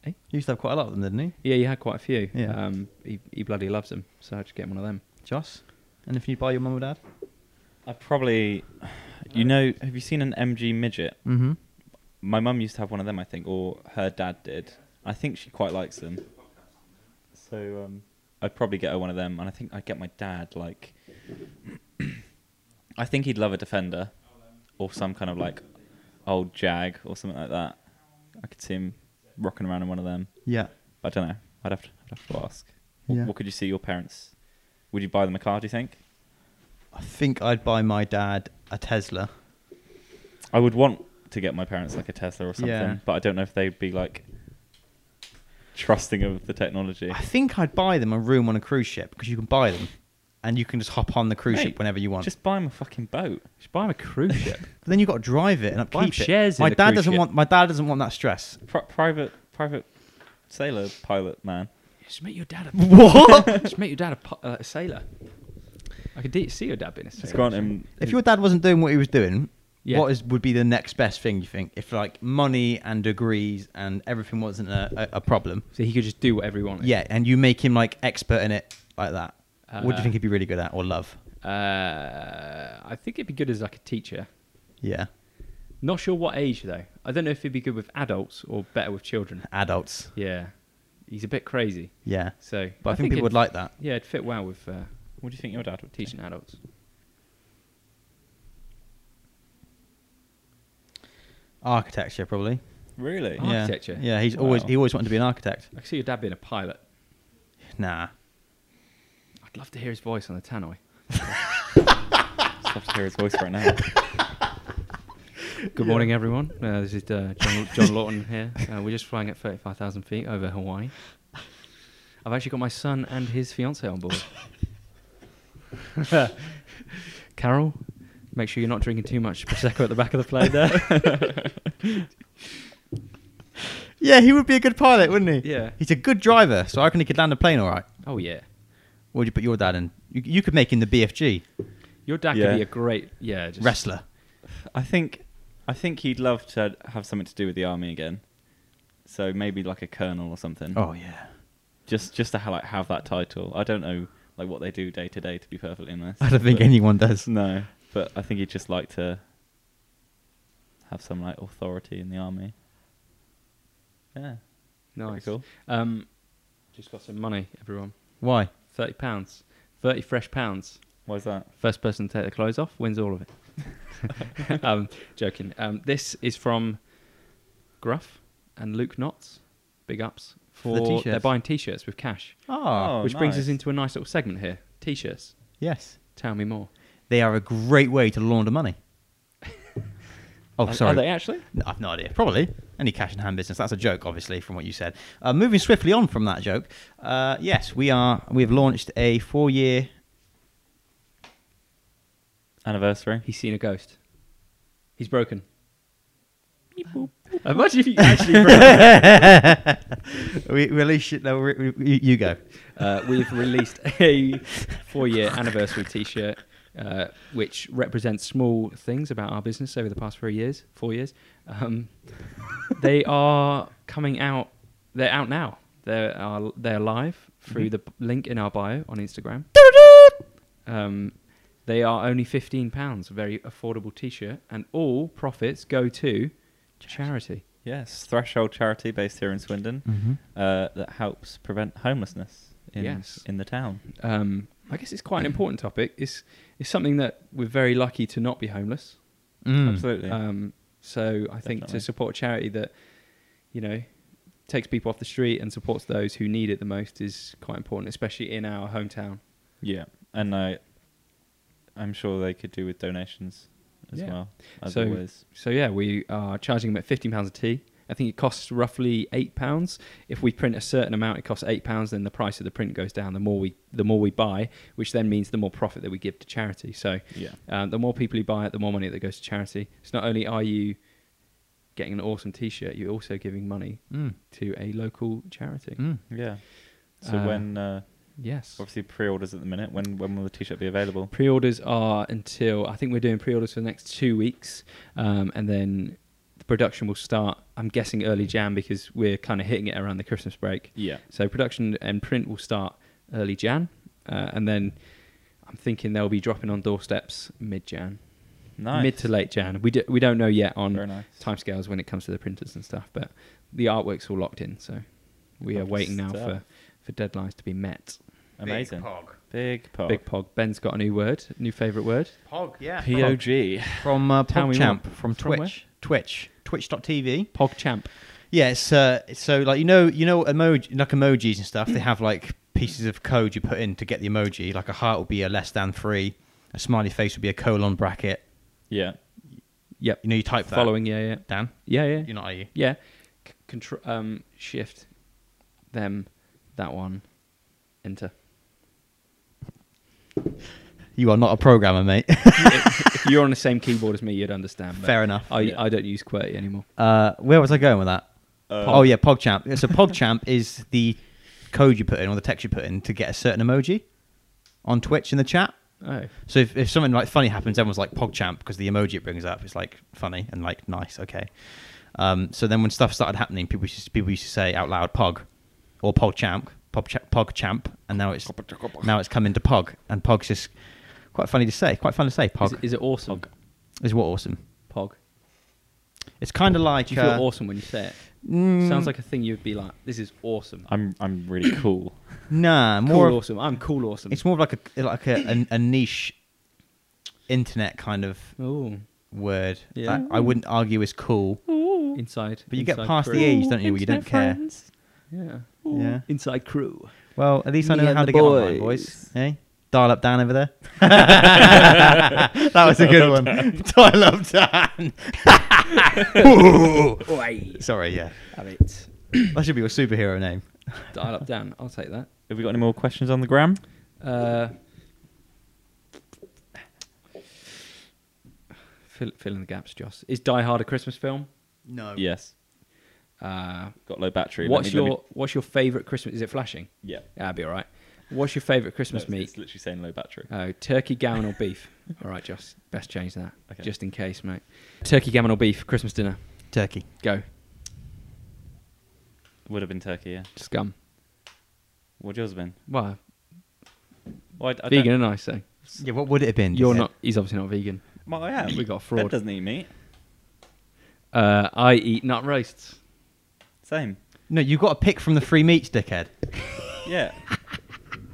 he?
Eh?
He used to have quite a lot of them, didn't he?
Yeah, you had quite a few.
Yeah.
Um, he, he bloody loves them, so I just get one of them.
Joss, anything you'd buy your mum or dad?
I probably you know, have you seen an MG midget?
Mm-hmm.
My mum used to have one of them, I think, or her dad did. I think she quite likes them. So um, I'd probably get her one of them, and I think I'd get my dad like. I think he'd love a Defender, or some kind of like old Jag or something like that. I could see him rocking around in one of them.
Yeah.
But I don't know. I'd have to, I'd have to ask. What,
Yeah.
what could you see your parents? Would you buy them a car? Do you think?
I think I'd buy my dad a Tesla.
I would want to get my parents like a Tesla or something,
Yeah.
but I don't know if they'd be like trusting of the technology.
I think I'd buy them a room on a cruise ship because you can buy them, and you can just hop on the cruise
Mate,
ship whenever you want.
Just buy them a fucking boat.
Just buy him a cruise ship.
But then you've got to drive it and
Buy
upkeep
shares
it.
in
My
the
dad
cruise
doesn't
ship.
want. My dad doesn't want that stress.
Pri- private, private sailor pilot man.
just make your dad a what? just make your dad a, pu- uh, a sailor. I could de- see your dad being a sailor.
Just grant him.
If your dad wasn't doing what he was doing,
Yeah.
what is would be the next best thing? You think if like money and degrees and everything wasn't a, a, a problem?
so he could just do whatever he wanted.
Yeah, and you make him like expert in it like that. what do
Uh,
you think he'd be really good at or love?
Uh, I think it'd be good as like a teacher.
Yeah,
Not sure what age though. I don't know if he'd be good with adults or better with children.
adults.
Yeah, he's a bit crazy.
Yeah,
So,
but I, think, people
it'd-
would like that.
Yeah, it'd fit well with uh,
What do you think your dad would teach?
teaching adults.
Architecture probably.
Really?
Yeah.
Architecture?
Yeah, he's always
Wow.
he always wanted to be an architect.
I could see your dad being a pilot.
Nah.
I'd love to hear his voice on the tannoy.
Just have to hear his voice right now.
Good morning, everyone. Uh, this is uh, John, John Lawton here. Uh, we're just flying at 35,000 feet over Hawaii. I've actually got my son and his fiance on board. Carol, make sure you're not drinking too much prosecco at the back of the plane there.
Yeah, he would be a good pilot, wouldn't he?
Yeah.
He's a good driver, so I reckon he could land a plane all right.
Oh yeah,
What would you put your dad in? You, you could make him the BFG
your dad
Yeah.
could be a great yeah just,
wrestler.
I think, I think he'd love to have something to do with the army again. So maybe like a colonel or
Mm.
something.
Oh yeah.
Just, just to ha- like have that title. I don't know like what they do day to day. To be perfectly honest,
I don't think
But-
anyone does.
No, but I think he'd just like to have some like authority in the army. Yeah.
nice.
Cool.
Um, just got some money, everyone.
Why?
Thirty pounds, thirty fresh pounds.
Why's that?
First person to take their clothes off wins all of it. um, joking. Um, this is from Gruff and Luke Knotts. Big ups for,
the t-shirts.
they're buying T-shirts with cash,
Oh,
Oh,
Ah, which brings
nice.
us into a nice little segment here. T-shirts.
yes.
Tell me more.
They are a great way to launder money. oh,
Are-
sorry.
Are they actually?
No, I've no idea. Probably any cash in hand business. That's a joke, obviously, from what you said. Uh, moving swiftly on from that joke, uh, yes, we are. We have launched a four-year.
Anniversary.
He's seen a ghost. He's broken. Uh, Imagine if you actually broke.
we release it. No, we, we, you go.
Uh, we've released a four-year anniversary T-shirt, uh, which represents small things about our business over the past three years, four years. Um, they are coming out. They're out now. They are they're live through the b- link in our bio on Instagram. Um, they are only fifteen pounds, a very affordable T-shirt, and all profits go to charity.
Yes, Threshold charity based here in Swindon
Mm.
Mm-hmm.
uh, that helps prevent homelessness in
Yes.
in the town.
Um, I guess it's quite an important topic. It's it's something that we're very lucky to not be homeless.
Mm.
Absolutely.
Um, so I think
Definitely.
to support a charity that, you know, takes people off the street and supports those who need it the most is quite important, especially in our hometown.
yeah, and I, I'm sure they could do with donations as
Yeah.
well. As
So-
always.
So yeah, we are charging them at fifteen pounds a tee. I think it costs roughly eight pounds. If we print a certain amount, it costs eight pounds. Then the price of the print goes down. The more we, the more we buy, which then means the more profit that we give to charity. So
Yeah.
Um, the more people who buy it, the more money that goes to charity. So not only are you getting an awesome T-shirt, you're also giving money
Mm.
to a local charity.
Mm.
Yeah. So
Uh,
when uh,
Yes.
obviously pre-orders at the minute, when when will the t-shirt be available?
Pre-orders are until I think we're doing pre-orders for the next two weeks, um, and then the production will start. I'm guessing early Jan because we're kind of hitting it around the Christmas break.
Yeah.
So production and print will start early Jan, uh, and then I'm thinking they'll be dropping on doorsteps mid Jan,
Nice.
mid to late Jan. We do, we don't know yet on
Very nice.
timescales when it comes to the printers and stuff, but the artwork's all locked in, so we are
Lovely
waiting now
stuff.
for, for deadlines to be met.
Amazing.
Pog.
Big
Oh.
pop.
Big Pog. Ben's got a new word, new favourite word.
Pog, yeah.
POG.
From uh,
Tell me
PogChamp,
more.
from
From where?
Twitch, Twitch, Twitch.tv.
Pog Champ.
Yeah, it's uh, so like you know, you know, emoji like emojis and stuff. They have like pieces of code you put in to get the emoji. Like a heart would be a less than three, a smiley face would be a colon bracket.
Yeah.
Yep.
You know, you type that.
Following, yeah, yeah.
Dan.
Yeah, yeah.
You're not, are you?
Yeah. C- control, um, shift, them, that one, enter.
You are not a programmer, mate.
if, if you're on the same keyboard as me, you'd understand. but
Fair enough.
I,
Yeah.
I don't use QWERTY anymore.
Uh, where was I going with that?
Uh,
oh yeah, PogChamp. Yeah, So PogChamp is the code you put in or the text you put in to get a certain emoji on Twitch in the chat.
Oh.
So if, if something like funny happens, everyone's like PogChamp because the emoji it brings up is like funny and like nice, okay. Um, so then when stuff started happening, people used to, people used to say out loud Pog or PogChamp, PogChamp, PogChamp, and now it's now it's come into Pog, and Pog's just quite funny to say, quite fun to say.
Is,
Pog
it- is it awesome?
is what awesome.
Pog.
It's kind of like
Do you feel
uh,
awesome when you say it?
mm,
Sounds like a thing you'd be like, this is awesome.
I'm I'm really cool.
nah,
cool
more of-
awesome. I'm cool awesome.
It's more of like a like a, a, a niche internet kind of
oh,
word
Yeah.
that I wouldn't argue is cool,
inside.
but you get
inside
past
crew.
the age, don't you? Where you don't care.
Yeah.
Yeah.
Inside crew.
Well, at least I
Me
know
and
how to
the
get online,
boys.
boys. Eh? Dial up Dan over there. that was a good one. Dial up Dan. Ooh. Sorry, yeah.
Have it.
That should be your superhero name.
Dial up down. I'll take that.
Have we got any more questions on the gram?
Uh, fill, fill in the gaps, Joss. Is Die Hard a Christmas film?
No.
Yes.
Uh,
Got low battery. Let
what's
me- let
your
me-
What's your favorite Christmas? Is it flashing?
Yeah.
Yeah, I'll be all right. What's your favorite
No,
Christmas
it's,
meat?
it's literally saying low battery.
Oh, turkey, gammon, or beef? All right, Joss. Best change that,
Okay.
just in case, mate. Turkey, gammon, or beef? Christmas dinner.
Turkey.
Go.
Would have been turkey. Yeah.
Scum.
What'd yours have been?
Well,
Well, I, I
vegan
don't-
and I say
Yeah, what would it have been?
you're
dickhead?
not. He's obviously not vegan.
Well, I am.
We got a
Ben
fraud.
doesn't eat meat.
Uh, I eat nut roasts.
Same.
No, you've got to pick from the free meats, dickhead.
Yeah.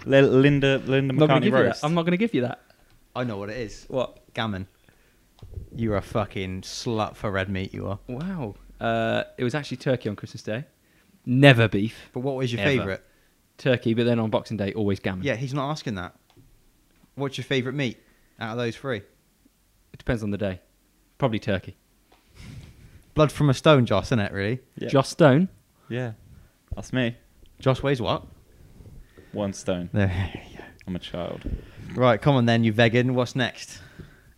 Li- Linda Linda
I'm not gonna
McCartney
give you that.
roast.
I'm not going to give you that.
I know what it is.
What?
Gammon. You're a fucking slut for red meat, you are.
Wow. Uh, it was actually turkey on Christmas Day. Never beef.
But what was your
Ever.
favourite?
Turkey, but then on Boxing Day, always gammon.
Yeah, he's not asking that. What's your favourite meat out of those three?
It depends on the day. Probably turkey.
Blood from a stone, Joss, isn't it? Really?
Yeah.
Joss Stone.
Yeah, that's me.
Joss weighs what?
One stone.
There.
I'm a child.
right, come on then, you vegan. What's next?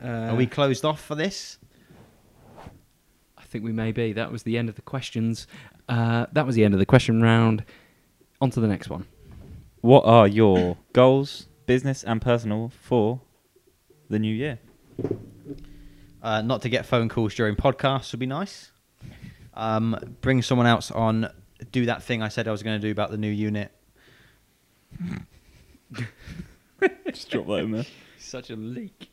Uh,
Are we closed off for this?
I think we may be. That was the end of the questions. Uh, that was the end of the question round. On to the next one.
What are your goals, business and personal, for the new year?
Uh, not to get phone calls during podcasts would be nice. Um, bring someone else on. Do that thing I said I was going to do about the new unit.
Just drop that in there.
Such a leak.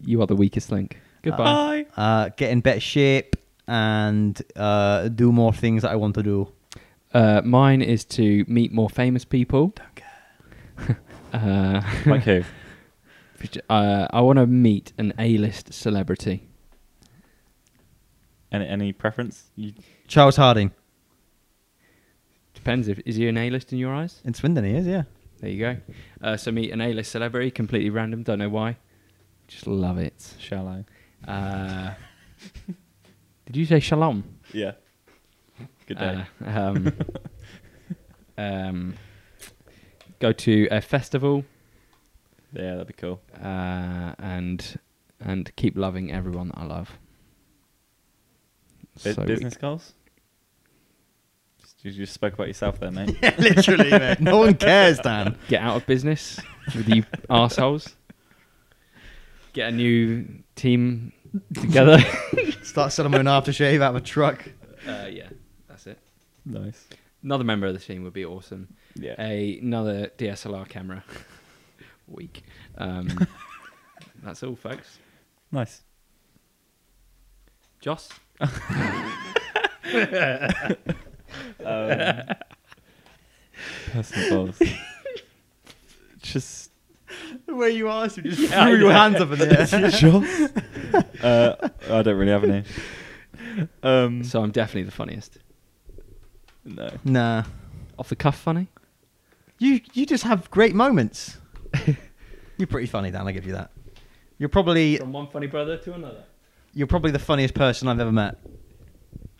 You are the weakest link. Goodbye.
Uh, get in better shape and uh, do more things that I want to do.
Uh, mine is to meet more famous people. Don't care. uh,
Like who?
uh, I want to meet an A-list celebrity.
Any, any preference? You,
Charles Harding.
Depends if is he an A-list in your eyes.
In Swindon, he is, yeah.
There you go. Uh, so meet an A-list celebrity, completely random. Don't know why. Just love it.
shall I?
Uh, did you say shalom?
Yeah. Good day.
Uh, um, um, go to a festival
yeah, that'd be cool.
uh, and and keep loving everyone that I love.
Bu-
So we-
business goals? Just- You just spoke about yourself there, mate.
Literally, mate. No one cares, Dan.
get out of business with you arseholes. Get a new team together.
Start selling my own aftershave out of a truck.
uh, yeah, that's it.
nice.
Another member of the team would be awesome.
Yeah.
A, another DSLR camera. Weak. Um, that's all, folks.
nice.
Joss,
Um, personal goals. just
The way you asked him, just threw your hands up in the air.
uh, I don't really have any. Um,
so I'm definitely the funniest.
no.
Nah.
Off the cuff, funny.
You you just have great moments. you're pretty funny, Dan. I give you that. You're probably
From one funny brother to another.
you're probably the funniest person I've ever met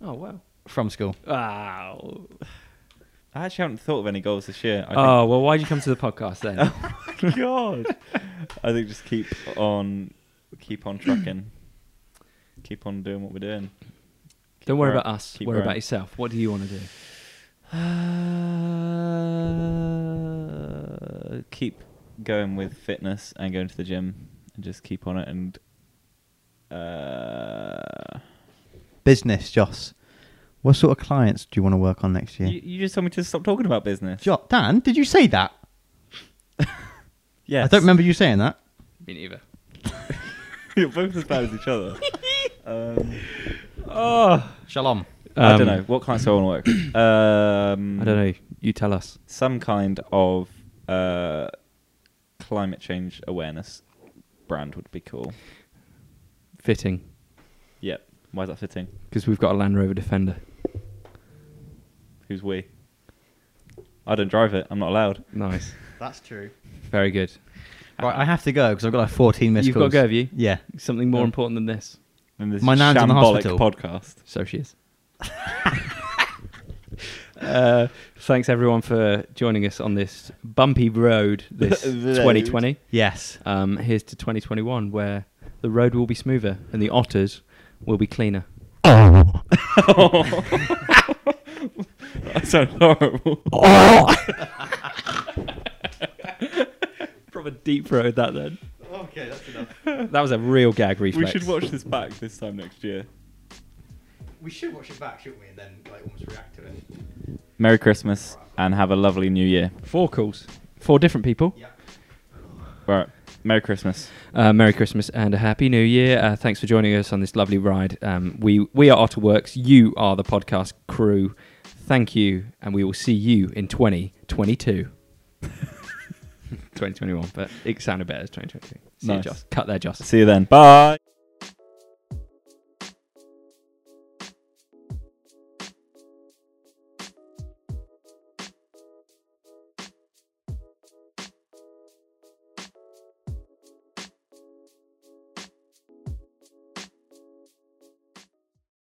Oh wow!
from school.
Wow.
I actually haven't thought of any goals this year. I
Oh well, why'd you come to the podcast then?
think, God. I think just keep on, keep on trucking, keep on doing what we're doing. Keep
Don't worry
growing-
about us.
keep
Worry about
growing.
yourself. What do you want to do?
Uh, keep going with fitness and going to the gym and just keep on it and uh,
Business, Joss. What sort of clients do you want to work on next year?
you, you just told me to stop talking about business.
Jo- Dan, did you say that?
Yeah,
I don't remember you saying that.
Me neither.
You're both as bad as each other. um,
Shalom.
I
Um,
don't know what clients do I want to work. with? um,
I don't know. You tell us.
Some kind of uh, climate change awareness brand would be cool.
Fitting,
Yep. Why is that fitting?
because we've got a Land Rover Defender.
Who's we? I don't drive it. I'm not allowed.
Nice.
That's true.
Very good.
Right, I have to go because I've got like 14 missed
You've got to
calls.
go, have you?
Yeah.
Something more
Yeah.
important than this.
And this
My nan's in the
shambolic
hospital.
podcast.
So she is. uh, thanks everyone for joining us on this bumpy road this
Road.
2020.
Yes.
Um, here's to 2021, where the road will be smoother and the otters will be cleaner.
Oh.
I sound horrible.
Proper deep road that then.
Okay, that's enough.
That was a real gag
We
reflex.
should watch this back this time next year.
We should watch it back, shouldn't we? And then like almost react to it.
Merry Christmas and have a lovely new year.
four calls, four different people.
Yeah.
Right. Merry Christmas.
Uh, Merry Christmas and a Happy New Year. Uh, thanks for joining us on this lovely ride. Um, we we are Otterworks. You are the podcast crew. Thank you, and we will see you in 2022. 2021, but it sounded better as 2022. See
Nice.
you, Joss. Cut there, Joss.
See you then. Bye.